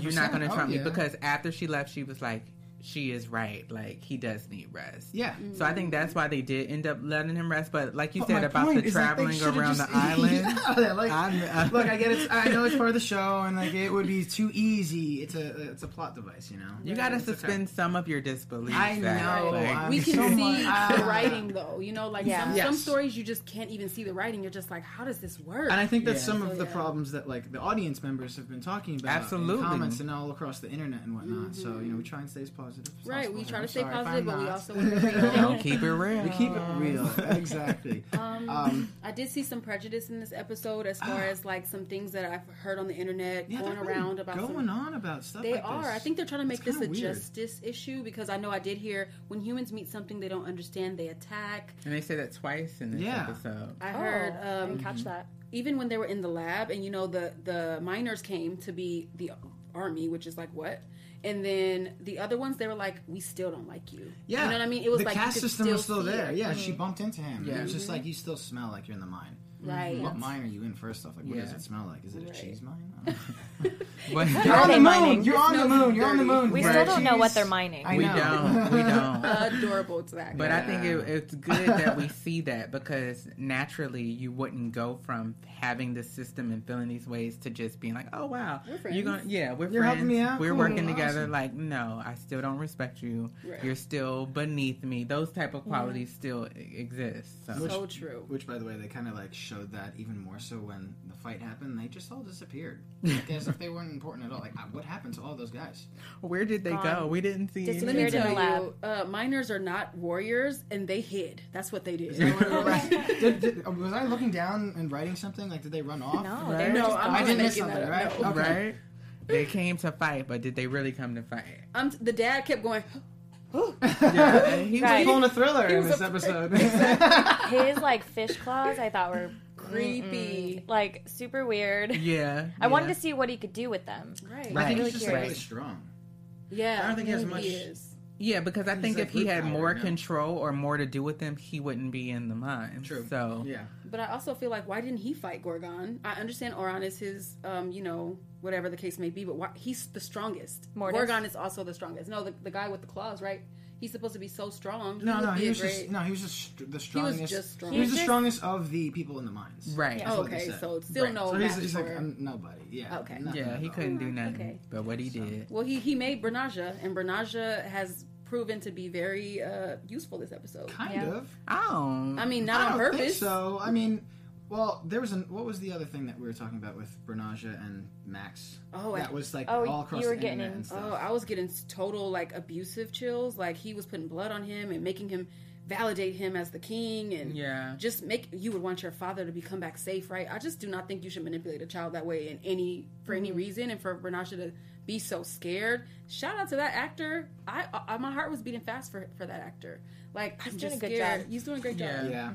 you are 100%. not going to Oh, trump yeah. me because after she left, she was like, "She is right. Like he does need rest." yeah So I think that's why they did end up letting him rest. But like you But said my about point the is that they traveling should've around just- the island, Yeah, like, I'm- I- look, I get it. I know it's part of the show, and like it would be too easy. It's a it's a plot device, you know. you got to suspend some of your disbelief. I Zach. know, Like, I'm- We can So see much- the writing, though. You know, like Yeah. some, some Yes. stories you just can't even see the writing. You're just like, how does this work? And I think that's Yeah. some of So, the Oh, yeah. problems that like the audience members have been talking about in Absolutely. comments and all across the internet and whatnot. So you know, we try and stay as positive. as Mm-hmm. right. possible. We And try I'm to stay sorry if positive, I'm but we not. also want to bring it Don't down. keep it real. We keep it real, Uh, exactly. um, I did see some prejudice in this episode as far as like some things that I've heard on the internet Ah. yeah, going they're really around about going some, on about stuff. They like are. This. I think they're trying to make It's this a kinda weird. justice issue because I know I did hear when humans meet something they don't understand, they attack. And they say that twice in this Yeah. episode. I Oh, heard I um, didn't Mm-hmm. catch that. even when they were in the lab and you know the the miners came to be the army, which is like what. And then the other ones, they were like, "We still don't like you." Yeah, you know what I mean. It was the like you caste could system was still see there. it. Mm-hmm. Yeah, she bumped into him. Yeah. It was just like you still smell like you're in the mine. right. What mine are you in? First off, like what does Yeah. it smell like? Is it a Right. cheese mine? I don't know. But You're on they the moon. mining? You're on the moon. You're on the moon. We Brad. still don't know what Jeez. they're mining. I we know. don't. We don't. Adorable, Zach. But I think it, it's good that we see that because naturally you wouldn't go from having this system and feeling these ways to just being like, oh wow, We're You're friends. gonna, yeah, we're You're friends. helping me out? We're Cool. working together. Awesome. Like, no, I still don't respect you. Right. You're still beneath me. Those type of qualities still e- exist. So. so true. Which, by the way, they kind of like showed that even more so when the fight happened. They just all disappeared, like, as if they weren't important at all. Like, uh, what happened to all those guys? Where did they go? um, We didn't see. Let me Disappeared Weird any- in tell the you, uh, miners are not warriors, and they hid. That's what they did. Did- did- was I looking down and writing something? Like, did they run off? No, Right? they were No, just I'm I not didn't miss making that something, right? up, Okay. Right? They came to fight, but did they really come to fight? Um, the dad kept going. Yeah, he I'm Right. pulling a thriller in was this a- episode. His like fish claws, I thought were Creepy. like super weird. Yeah. I wanted yeah. to see what he could do with them. Right. I think Right. he's just like, Really really strong. Yeah. I don't think he has really much- is. Yeah, because I think like if he root had power more now. control or more to do with them, he wouldn't be in the mine. True. So Yeah. But I also feel like why didn't he fight Gorgon? I understand Oran is his, um, you know, whatever the case may be, but why he's the strongest. Mortis. Gorgon is also the strongest. No, the, the guy with the claws, right? He's supposed to be so strong. No, He no, would be he a was great- just no, he was just str- the strongest. just strong. He was the He's just- strongest of the people in the mines. right. That's Oh, what they okay, said. so it's still Right. no So he's, match he's for. like I'm nobody. Yeah. Okay. nothing Yeah, at he all. couldn't do nothing. okay. But what he did. well, he he made Bernaja, and Bernaja has proven to be very uh, useful this episode. Kind Yeah. of. Oh. I mean, not I on don't purpose. Think so I mean, well, there was an what was the other thing that we were talking about with Bernaja and Max? Oh, I- that was like oh, all across you were the getting internet in- and stuff. Oh, I was getting total like abusive chills. Like he was putting blood on him and making him validate him as the king and Yeah. just make you would want your father to be come back safe, right? I just do not think you should manipulate a child that way in any for any reason and for Renasha to be so scared. Shout out to that actor. I, I my heart was beating fast for for that actor. Like I'm doing just a good scared. job. He's doing a great Yeah. job. yeah,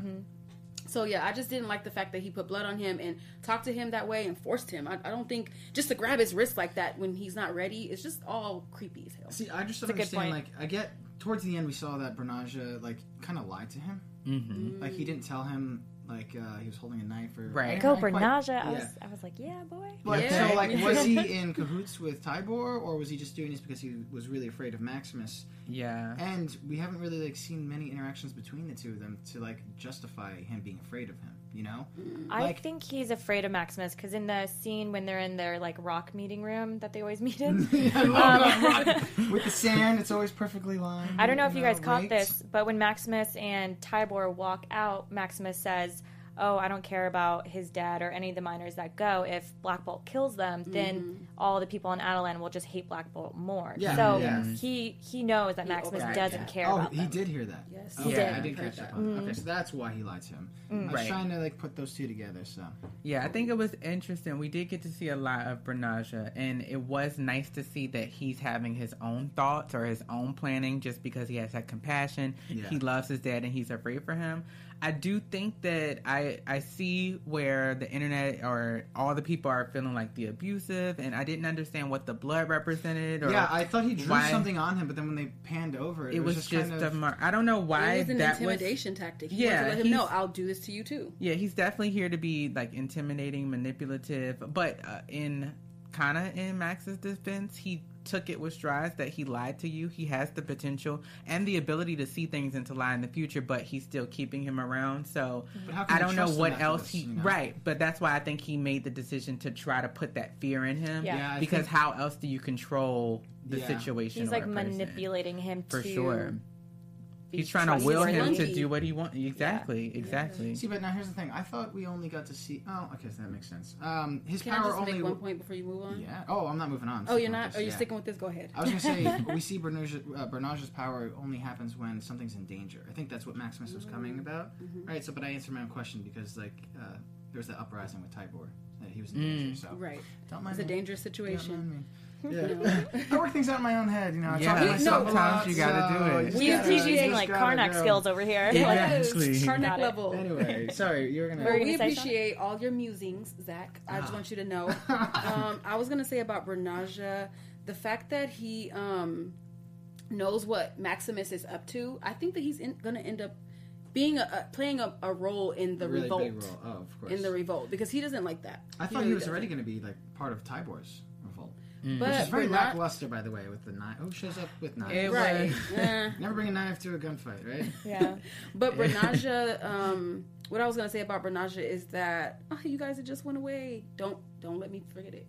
So yeah, I just didn't like the fact that he put blood on him and talked to him that way and forced him. I, I don't think just to grab his wrist like that when he's not ready is just all creepy as hell. see, I just don't good understand. Like, point. I get towards the end we saw that Bernaja like kind of lied to him. Mm-hmm. Like he didn't tell him like uh, he was holding a knife or Right. I Go didn't quite- Bernaja. yeah. I was I was like, yeah, boy. But Yeah. so, like, was he in cahoots with Tybor, or was he just doing this because he was really afraid of Maximus? Yeah. And we haven't really like seen many interactions between the two of them to like justify him being afraid of him. You know, I Like- think he's afraid of Maximus because in the scene when they're in their like rock meeting room that they always meet in, um, with the sand, it's always perfectly lined. I don't know if you guys caught raked. this, but when Maximus and Tybor walk out, Maximus says, oh, I don't care about his dad or any of the miners that go. If Black Bolt kills them, then all the people in Adelan will just hate Black Bolt more. Mm-hmm. Yeah, so yeah. he he knows that Maximus overrides doesn't that. care Oh, about he them. did hear that. Yes, he okay, did. I did Heard catch that. that. One. Okay, so that's why he lied to him. I was Right. trying to like put those two together. So Yeah, I think it was interesting. We did get to see a lot of Bernaja, and it was nice to see that he's having his own thoughts or his own planning just because he has that compassion. Yeah. He loves his dad and he's afraid for him. I do think that I, I see where the internet or all the people are feeling like the abusive, and I didn't understand what the blood represented. Or yeah, I thought he drew why- something on him, but then when they panned over, it, It was, just, kind a of, mar- I don't know why it was an that intimidation tactic. He Yeah, yeah, let him know, he's- I'll do this to you too. Yeah, he's definitely here to be like intimidating, manipulative, but uh, in kind of in Max's defense, he took it with strides that he lied to you. He has the potential and the ability to see things and to lie in the future, but he's still keeping him around. So But how can I you don't know trust him what after else this, he you know? right, but that's why I think he made the decision to try to put that fear in him. Yeah. Yeah, I because think- how else do you control the Yeah. situation? He's or like a person? manipulating him for to sure. be He's trying to will him to trustworthy. do what he wants. Exactly, exactly. See, but now here's the thing. I thought we only got to see. Oh, okay, so that makes sense. Um, his Can I power just only. make one point before you move on? Yeah. Oh, I'm not moving on. I'm Oh, you're sticking with not? this, Are you yeah. sticking with this? Go ahead. I was gonna say we see Bernage's, uh, Bernage's power only happens when something's in danger. I think that's what Maximus was Mm-hmm. coming about, right? So, but I answered my own question because like uh, there was that uprising with Tybor, that he was in danger. So Right. don't It's mind a me. dangerous situation. Don't mind me. Yeah, I work things out in my own head. You know, I talk to Yeah, myself a lot, sometimes you gotta so do it. you just We gotta- he's you using just like gotta Karnak go. skills over here. Yeah. Yes, Exactly. Karnak Got it. level. Anyway, sorry, you were gonna. Were Well, you we gonna say something? appreciate all your musings, Zach. I Ah. just want you to know. um, I was going to say about Bernaja, the fact that he um, knows what Maximus is up to. I think that he's going to end up being a, a playing a, a role in the really revolt. big role. Oh, of course. In the revolt, because he doesn't like that. I thought he really was already doesn't. going to be like part of Tybor's revolt. Mm. But Which is very we're not- lackluster, by the way, with the knife. Who shows up with knives? It Right. was- Eh. Never bring a knife to a gunfight, right? Yeah. But Bernaja, um, what I was gonna say about Bernaja is that oh, you guys it just went away. Don't don't let me forget it.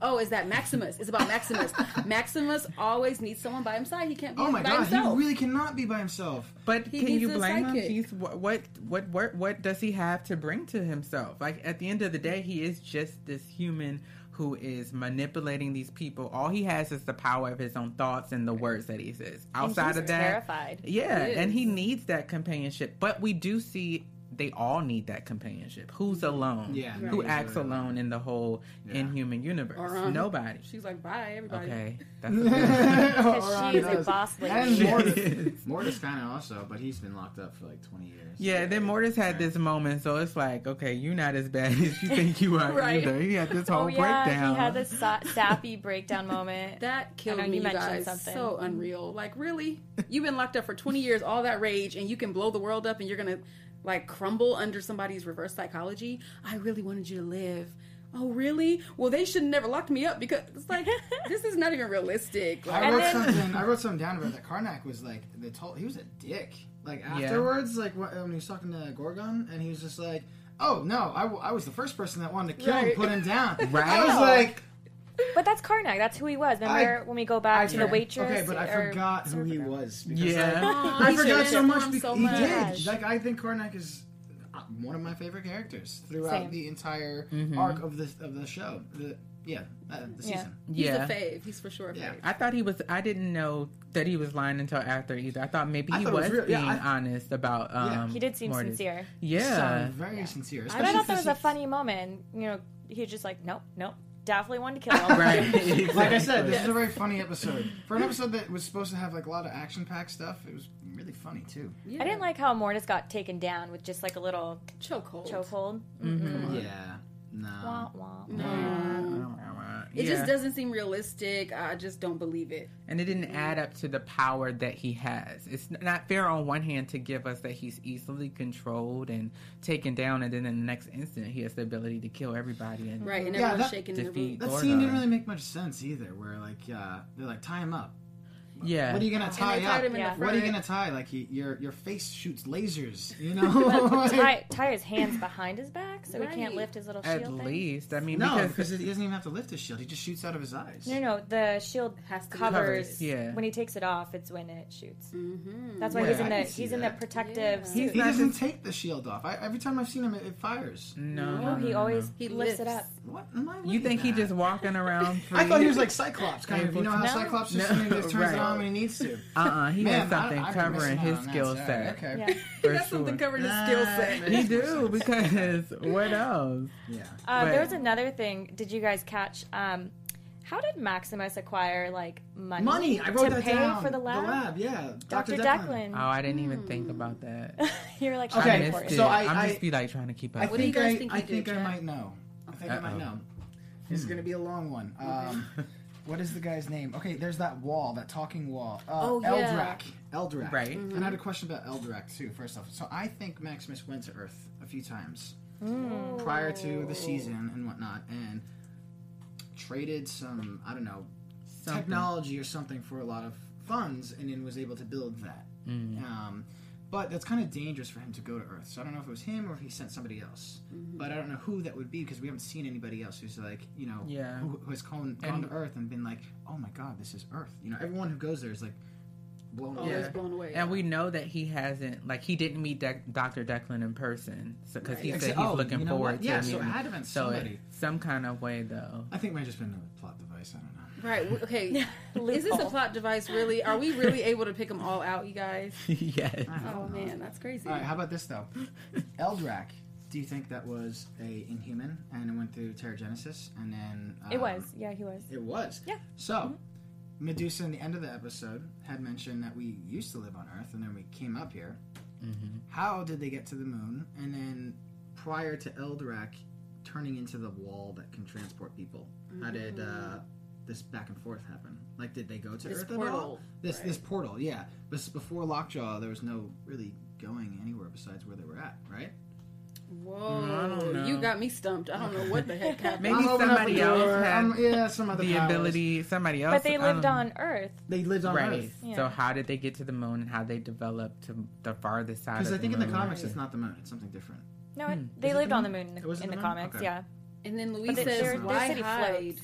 Oh, is that Maximus? It's about Maximus. Maximus always needs someone by his side. He can't be Oh my by god, himself. he really cannot be by himself. But He can needs you a blame him? sidekick. He's wha- what, what what what does he have to bring to himself? Like at the end of the day, he is just this human who is manipulating these people. All he has is the power of his own thoughts and the words that he says. Outside he's of that, terrified. Yeah, He and he is. needs that companionship. But we do see they all need that companionship. Who's Mm-hmm. alone? Yeah, who nobody's acts really alone. alone in the whole inhuman universe? Or, um, Nobody. She's like, bye, everybody. Okay, that's a Because she is a boss lady. And She Mortis, Mortis kind of also, but he's been locked up for like 20 years. Yeah, then Mortis had this moment, so it's like, okay, you're not as bad as you think you are Right. either. He had this whole Oh yeah, breakdown. he had this sa- sappy breakdown moment. That killed I know me, you you guys. mentioned something. So unreal. Like, really? You've been locked up for 20 years, all that rage, and you can blow the world up, and you're gonna like crumble under somebody's reverse psychology. I really wanted you to live. Oh, really? Well, they should have never locked me up because it's like this is not even realistic. Like, I wrote, then- something, I wrote something down about that. Karnak was like, the tol- he was a dick. Like, afterwards, like wh- when he was talking to Gorgon, and he was just like, oh no, I, w- I was the first person that wanted to kill him, Right. put him down. Right. I was like, But that's Karnak. That's who he was. Remember I- when we go back to the forget- waitress? Okay, but I or- Ah, forgot who he was. Because Yeah. I, I he forgot should've so much. performed Be- so he much. did. Like I think Karnak is uh, one of my favorite characters throughout Same. the entire Mm-hmm. arc of the of the show. The, yeah, uh, the Yeah. season. he's yeah. a fave. He's for sure a Yeah. fave. I thought he was. I didn't know that he was lying until after either. I thought maybe I he thought it was was, real. being Yeah, I- honest about. Um, Yeah. He did seem Mortis. sincere. Yeah, Sound very sincere. But I especially thought that was since a it's- funny moment. You know, he was just like, nope, nope, definitely wanted to kill him. right. Like I said, this is a very funny episode. For an episode that was supposed to have like a lot of action packed stuff, it was really funny too. I didn't like how Mortis got taken down with just like a little Chokehold. chokehold. Mm-hmm. Yeah. Mm-hmm. No. Wah, wah. It Yeah. just doesn't seem realistic. I just don't believe it. and it didn't add up to the power that he has. It's n- not fair on one hand to give us that he's easily controlled and taken down, and then in the next instant he has the ability to kill everybody. And Right, and Yeah, everyone's that- shaking in the Defeat. room. That Gorgon. scene didn't really make much sense either. Where like uh, they're like tie him up, Yeah. What are you gonna tie they tied up? him in the What are you front. gonna tie? Like he, your your face shoots lasers, you know? tie, tie his hands behind his back so he can't Right. lift his little At shield least, I mean, no, because because he doesn't even have to lift his shield. He just shoots out of his eyes. thing. No, no, the shield Has to be covers. covered, yeah. When he takes it off, it's when it shoots. Mm-hmm. That's why he's Yeah, in I the can see he's in the that. protective Yeah. suit. He doesn't take the shield off. I, every time I've seen him, it, it fires. no, no, Oh, he always He lifts it lifts. up. What? Am I Mm. You looking think he at? just walking around? Free? I thought he was like Cyclops, kind of. You know how No. Cyclops just, No, just turns it right. on when he needs to. Uh uh he Man, has something I- I've been covering missing his out on that. skill Sorry, set. Okay. Yeah. Uh, For That's something sure. covering his skill set. That He makes more do sense. because what else? Yeah. Uh, Right. There was another thing. Did you guys catch? Um, how did Maximus acquire like money? Money. I wrote to that pay down. for the lab. yeah. Dr. Oh, Declan. I didn't even Hmm. think about that. You're like Okay, I shopping for missed it. it. so I- I'm I- just be like trying to keep I up. do you think guys I, think I they do, think I Chad? might know. I think I might Uh-oh. know. This is gonna be a long one. Um, what is the guy's name? Okay, there's that wall, that talking wall. Uh, Oh, yeah. Mm-hmm. Eldrak. Eldrak. Right. And I had a question about Eldrak too. First off, so I think Maximus went to Earth a few times Mm. prior to Oh. the season and whatnot, and traded some I don't know Something. technology or something for a lot of funds, and then was able to build that. Um, but that's kind of dangerous for him to go to Earth. So I don't know if it was him or if he sent somebody else. Mm-hmm. But I don't know who that would be because we haven't seen anybody else who's like, you know, Yeah. who, who has gone, gone to Earth and been like, oh my God, this is Earth. You know, everyone who goes there is like blown Oh, away. Always blown away. And we know that he hasn't, like, he didn't meet De- Dr. Declan in person because he Right. said he's Oh, looking you know forward what? to Yeah, so meeting. it had to have been So it- somebody. some kind of way, though. I think it might have just been a plot device. I don't know. Right. w- Okay. Is this a plot device? Really? Are we really able to pick them all out, you guys? yes. Oh man, that's crazy. All right, how about this though? Eldrak, do you think that was a Inhuman and it went through Teragenesis and then? Um, It was. Yeah, he was. It was. Yeah. So, Mm-hmm. Medusa in the end of the episode had mentioned that we used to live on Earth and then we came up here. How did they get to the moon? And then prior to Eldrak turning into the wall that can transport people, how did Mm-hmm. uh, this back and forth happen? Like, did they go to This Earth at all? portal, This this portal, yeah. But s- before Lockjaw, there was no really going anywhere besides where they were at, right? Whoa. You got me stumped. I don't know what the heck happened. Maybe I'm opening up somebody a else door. had I'm- Um, yeah, some other the powers. ability, somebody else. But they I lived don't- on Earth. They lived on Right. Earth. So Yeah. how did they get to the moon and how they developed to the farthest side? Because of I think in the the moon? comics, it's not the moon; it's something different. No, it, they lived on the moon in the, Was it in the the, moon? comics. Okay. Yeah. And then Louise But the- says, their- their "Why city hide?" floats.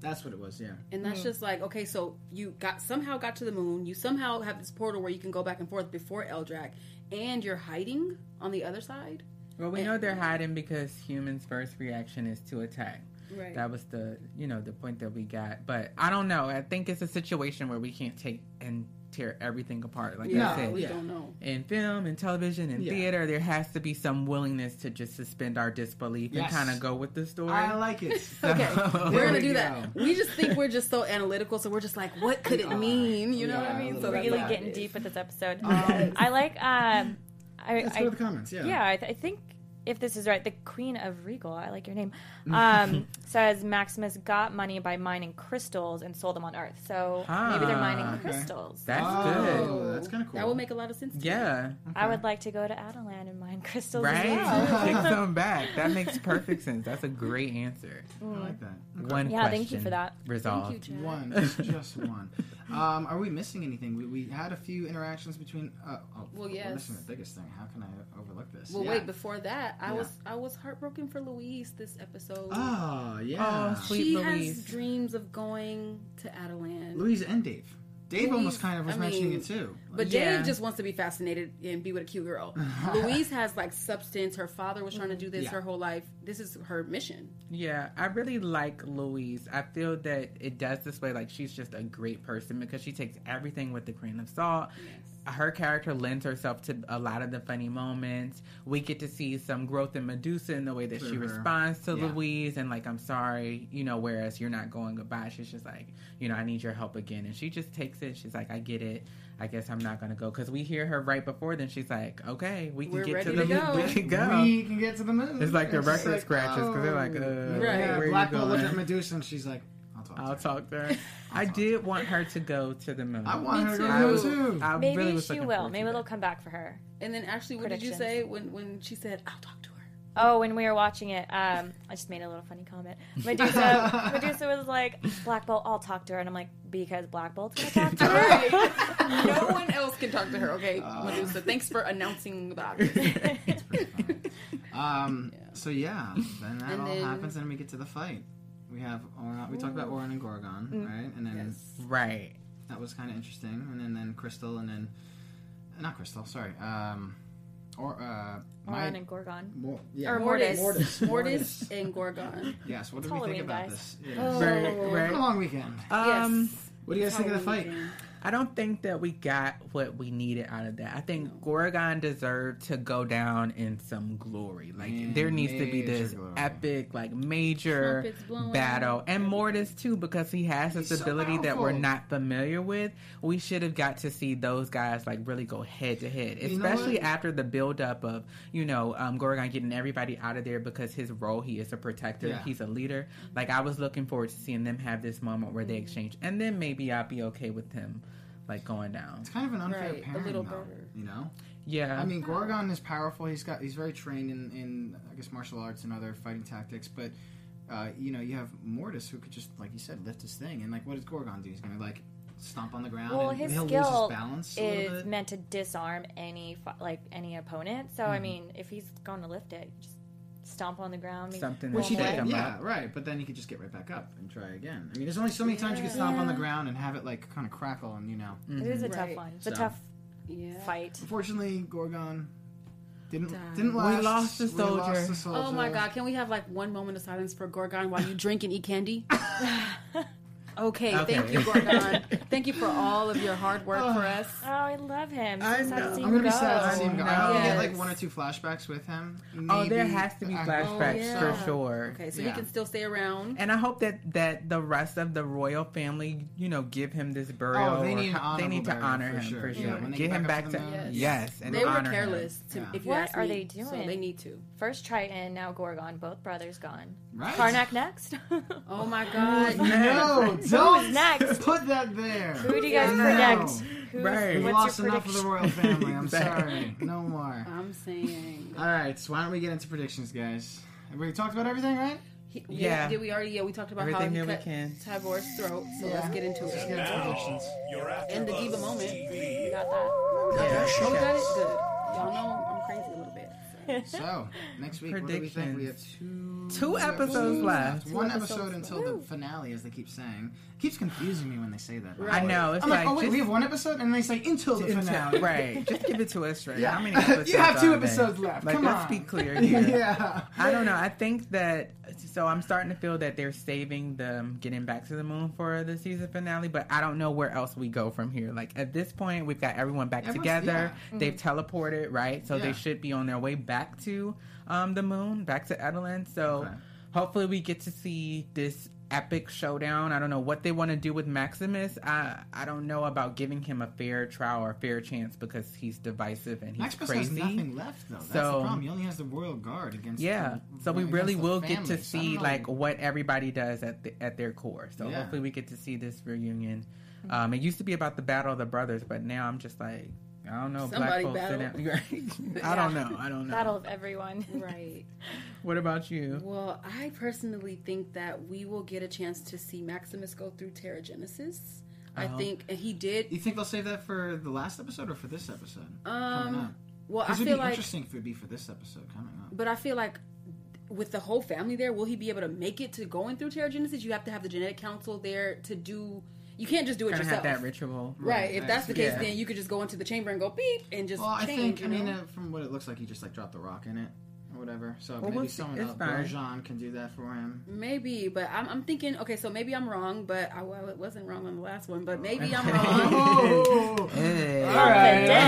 That's what it was. Yeah. And Hmm. that's just like, okay, so you got somehow got to the moon. You somehow have this portal where you can go back and forth before Eldrak, and you're hiding on the other side. Well, we know they're hiding because humans' first reaction is to attack. Right. That was the you know the point that we got. But I don't know. I think it's a situation where we can't take and tear everything apart. Like I No, said, we yeah. don't know. in film and television and Yeah. theater, there has to be some willingness to just suspend our disbelief Yes. and kind of go with the story. I like it. Okay, There Oh, we're gonna we go. do that. We just think we're just so analytical, so we're just like, what could it mean? You know We what are I a mean? little So that's Oh, Really how it getting is. deep with this episode. I like. Um, I, Let's I go to the comments. Yeah. Yeah, I, th- I think if this is right, the Queen of Regal, I like your name, Mm-hmm. um, says Maximus got money by mining crystals and sold them on Earth. So maybe they're mining Ah, okay. crystals. That's Oh, good. that's kind of cool. That would make a lot of sense. to me. Yeah. I would like to go to Adelan and mine crystals. as Right? well. Take some back. That makes perfect sense. That's a great answer. I like that. Okay. One Yeah, question. thank you for that. Resolved. Thank you, Chad. One, it's just one. Um, are we missing anything? We, we had a few interactions between. Uh, oh, Well, We're yes. missing the biggest thing. How can I overlook this? Well, Yeah. wait. Before that, I Yeah. was I was heartbroken for Louise this episode. Oh yeah. Oh, sweet she Louise. has dreams of going to Adeland. Louise and Dave. Dave almost kind of was I mentioning mean, it too. But Yeah. Dave just wants to be fascinated and be with a cute girl. Louise has like substance. Her father was trying to do this Yeah. her whole life. This is her mission. Yeah, I really like Louise. I feel that it does display like she's just a great person because she takes everything with a grain of salt. Her character lends herself to a lot of the funny moments. We get to see some growth in Medusa in the way that For she her. responds to Yeah. Louise and like I'm sorry, you know, whereas you're not going goodbye. She's just like, you know, I need your help again, and she just takes it. She's like, I get it. I guess I'm not gonna go because we hear her right before. Then she's like, okay, we can We're get to ready to the go. we can go. We can get to the moon. It's like the just record scratches, 'cause they're like, uh, yeah, Right. where you Black Bolt looked going? at Medusa and she's like, "I'll talk." I'll to talk to her. I did want her to go to the moon. her. I want Me her to too. go too. I Maybe really was she looking will. forward to Maybe that. it'll come back for her. And then actually, what did you Predictions. say when when she said, "I'll talk to her"? Oh, when we were watching it, um, I just made a little funny comment. Medusa, Medusa was like, "Black Bolt, I'll talk to her," and I'm like, "Because Black Bolt's gonna talk to her." no one else can talk to her. Okay, Uh, Medusa. Thanks for announcing the obvious. Um, So yeah, then that And all then- happens, and we get to the fight. We have Oron. We talked about Oron and Gorgon, right? And then Right. that was kind of interesting. And then, then Crystal, and then not Crystal. Sorry. Um, or uh, my- Moran and Gorgon. Mor- yeah, or Mortis, Mortis. Mortis, Mortis. and Gorgon. Yes. What do we think It's Halloween, about guys. this? Yes. Right, It's been a right. long weekend. Um, yes. What do you guys think of the fight? I don't think that we got what we needed out of that. I think Gorgon deserved to go down in some glory. Like Yeah, there needs to be major this glory. epic, like major Trumpets blowing. battle, and Mortis too, because he has this He's so ability that we're powerful. not familiar with. We should have got to see those guys like really go head to head, know especially what? after the buildup of you know um, Gorgon getting everybody out of there because his role he is a protector, Yeah. he's a leader. Like I was looking forward to seeing them have this moment where they exchange, and then maybe I'll be okay with him like going down. It's kind of an unfair Right, a pairing, little though, better. you know. Yeah, I mean, Gorgon is powerful. He's got he's very trained in, in I guess martial arts and other fighting tactics. But uh, you know, you have Mortis who could just like you said lift his thing. And like, what does Gorgon do? He's gonna like stomp on the ground. Well, and his he'll skill lose his balance a little is bit. meant to disarm any fi- like any opponent. So Mm-hmm. I mean, if he's going to lift it, just stomp on the ground. maybe Something roll that she away. did. him yeah, up. right. But then you could just get right back up and try again. I mean, there's only so many times you can stomp on the ground and have it like kind of crackle and you know. Mm. It is a tough Right. one. It's a Mm-hmm. So. tough Yeah. fight. Unfortunately, Gorgon didn't Died. didn't last. lost the We lost soldier. the soldier. Oh my god, can we have like one moment of silence for Gorgon while you drink and eat candy? okay, thank Okay. you, Gorgon. thank you for all of your hard work for us. Oh, I love him. I Just sad to know. see I'm him gonna be go. sad to see him go. I only get Yes. like one or two flashbacks with him. oh, there Maybe. has to be I- flashbacks yeah. for sure. Okay, so Yeah. he can still stay around. And I hope that that the rest of the royal family, you know, give him this burial. Oh, they or need an ho- they honorable need to burial honor for him sure. for Yeah, sure. when they Get get him back back up to from the yes, mountains. and they were honor him. careless. To, Yeah. If you What ask are me. they doing? So they need to. First Triton, now Gorgon. Both brothers gone. Right? Karnak next. Oh my god. No, don't next? put that there. Who do you guys No. predict? Who's, Right. We What's lost enough of the royal family. I'm sorry. Exactly. No more. I'm saying. All right, so why don't we get into predictions, guys? We talked about everything, right? He, Yeah. yeah. Did we already? Yeah, we talked about Everything how that he we cut can. Tybor's throat. So let's get into it. Get into predictions. In the diva moment, we got that. Oh, we got it. Good. Y'all know I'm crazy a little bit. so. So next week, what do we think? We have two Two episodes left. One episode until the finale, as they keep saying. It keeps confusing me when they say that. I know. It's I'm like, like, oh wait, just, we have one episode, and they say until the until- finale. right. Just give it to us straight. How many You episodes have two are there? episodes left. Like, Come let's on. be clear here. Yeah. I don't know. I think that so I'm starting to feel that they're saving the getting back to the moon for the season finale, but I don't know where else we go from here. Like at this point, we've got everyone back Everyone's- Mm-hmm. together. They've teleported, right? So Yeah. they should be on their way back to um, the moon, back to Edelin. So Okay. hopefully we get to see this epic showdown. I don't know what they want to do with Maximus. I I don't know about giving him a fair trial or a fair chance because he's divisive and he's Maximus crazy. has nothing left though. That's the So- problem. He only has the royal guard against. Yeah. the- So we against really the will get to families. I don't see know. like what everybody does at the, at their core. So Yeah. hopefully we get to see this reunion. Um, it used to be about the battle of the brothers, but now I'm just like I don't know. Somebody sit battle. down. I don't know. I don't know. Battle of everyone. Right. What about you? Well, I personally think that we will get a chance to see Maximus go through Teragenesis. I Uh-huh. think and he You did. think they'll save that for the last episode or for this episode? coming up? Um, well, I This would feel be like, interesting if it would be for this episode coming up. but I feel like with the whole family there, will he be able to make it to going through Teragenesis? You have to have the genetic council there to do. You can't just do it Gonna yourself. have that ritual. Right. If Right. that's the case, Yeah. then you could just go into the chamber and go beep and just Well, I change. think. I mean, you know? uh, from what it looks like, he just like dropped the rock in it or whatever. So maybe we'll see. someone It's else, fine. Grosjean, can do that for him. Maybe, but I'm, I'm thinking. Okay, so maybe I'm wrong, but I, well, it wasn't wrong on the last one. But maybe Oh. I'm wrong. Oh! Hey.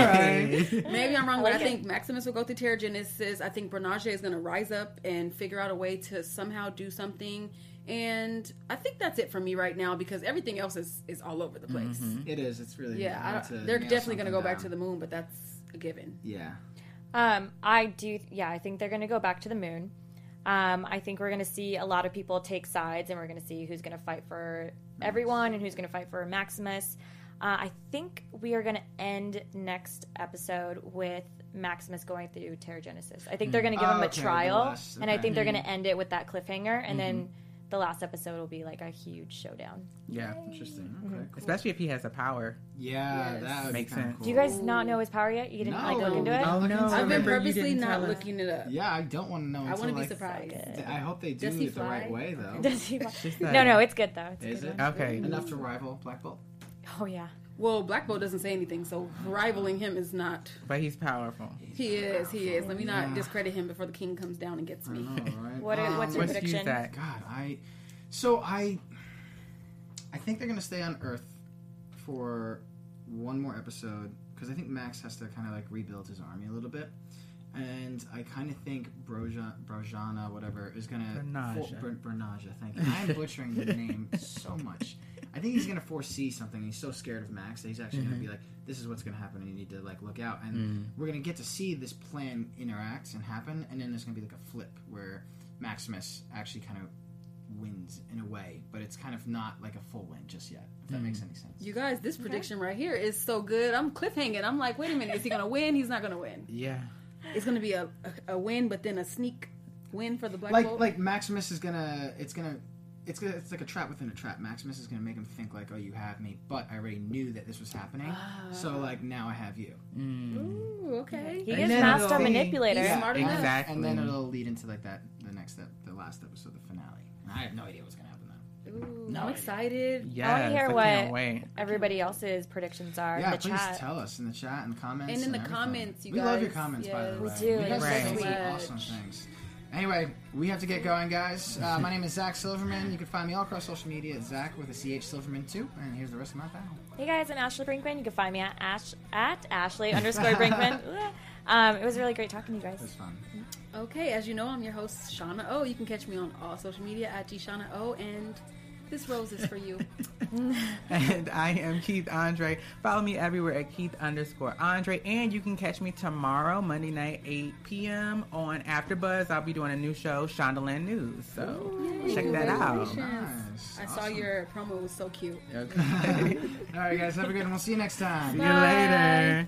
maybe I'm wrong. I But I like it. think Maximus will go through Teragenesis. I think Bernage is going to rise up and figure out a way to somehow do something. And I think that's it for me right now because everything else is is all over the place. It is. It's really. Yeah, hard I, to they're nail definitely going to something go back down. to the moon, but that's a given. Yeah. Um, I do. Yeah, I think they're going to go back to the moon. Um, I think we're going to see a lot of people take sides, and we're going to see who's going to fight for everyone and who's going to fight for Maximus. Uh, I think we are going to end next episode with Maximus going through Terrigenesis. I think they're going to give him a Hmm. Okay, the trial, last- Mm-hmm. and I okay. think they're going to end it with that cliffhanger, and then the last episode will be like a huge showdown. Yeah. Interesting. Okay, cool. Especially if he has a power. Yeah, that would Makes be kinda sense. Cool. Do you guys not know his power yet? You didn't like Oh. No, look into it. I'll look into I've been it. Remember, you purposely didn't not tell us. looking it up. Yeah, I don't want to know. I want to be surprised. I hope they do Does he it the right fly? way, though. Does he? that- no, no, it's good though. It's Is good. it Okay. enough to rival Black Bolt? Oh yeah. Well, Black Bolt doesn't say anything, so rivaling him is not. But he's powerful. He is. He is. Let me not discredit him before the king comes down and gets me. All right. What? Are, Um, what's your Let's prediction? use that. God, I. So I. I think they're gonna stay on Earth for one more episode because I think Max has to kind of like rebuild his army a little bit, and I kind of think Broja, Brojana, whatever, is gonna Bernaja. fo- Bern- Bernaja, thank you. I'm butchering the name so much. I think he's gonna foresee something. He's so scared of Max that he's actually gonna be like, "This is what's gonna happen, and you need to like look out." And we're gonna get to see this plan interact and happen, and then there's gonna be like a flip where Maximus actually kind of wins in a way, but it's kind of not like a full win just yet. If that makes any sense. You guys, this prediction right here is so good. I'm cliffhanging. I'm like, wait a minute, is he gonna win? He's not gonna win. Yeah. It's gonna be a, a, a win, but then a sneak win for the Black like Bolt. like Maximus is gonna it's gonna it's gonna it's like a trap within a trap. Maximus is gonna make him think like, oh, you have me, but I already knew that this was happening, Ah. so like now I have you. Ooh, okay. He And is then master it'll be- manipulator. Yeah, Smart and- enough. Exactly. And then it'll lead into like that the next step, the last episode, the finale. And I have no idea what's gonna happen then. Ooh, No I'm idea. excited. Yeah. I hear can't what- wait. Everybody else's predictions are in Yeah, the please chat. tell us in the chat and comments. And in the everything. comments, you we love your guys, comments, by the yes. way. We do, You guys it's say so some much. awesome things. Anyway, we have to get going, guys. Uh, my name is Zach Silverman. You can find me all across social media at Zach with a CH Silverman too. And here's the rest of my panel. Hey guys, I'm Ashley Brinkman. You can find me at Ash at Ashley underscore Brinkman. Um, it was really great talking to you It was guys. fun. Okay, as you know, I'm your host, Shauna O. You can catch me on all social media at Shauna O. And this rose is for you. And I am Keith Andre. Follow me everywhere at Keith underscore Andre. And you can catch me tomorrow, Monday night, 8 p.m. on AfterBuzz. I'll be doing a new show, Shondaland News. So check that out. Nice. I saw Awesome. your promo it was so cute. Okay. All right, guys. Have a good one. We'll see you next time. See you later.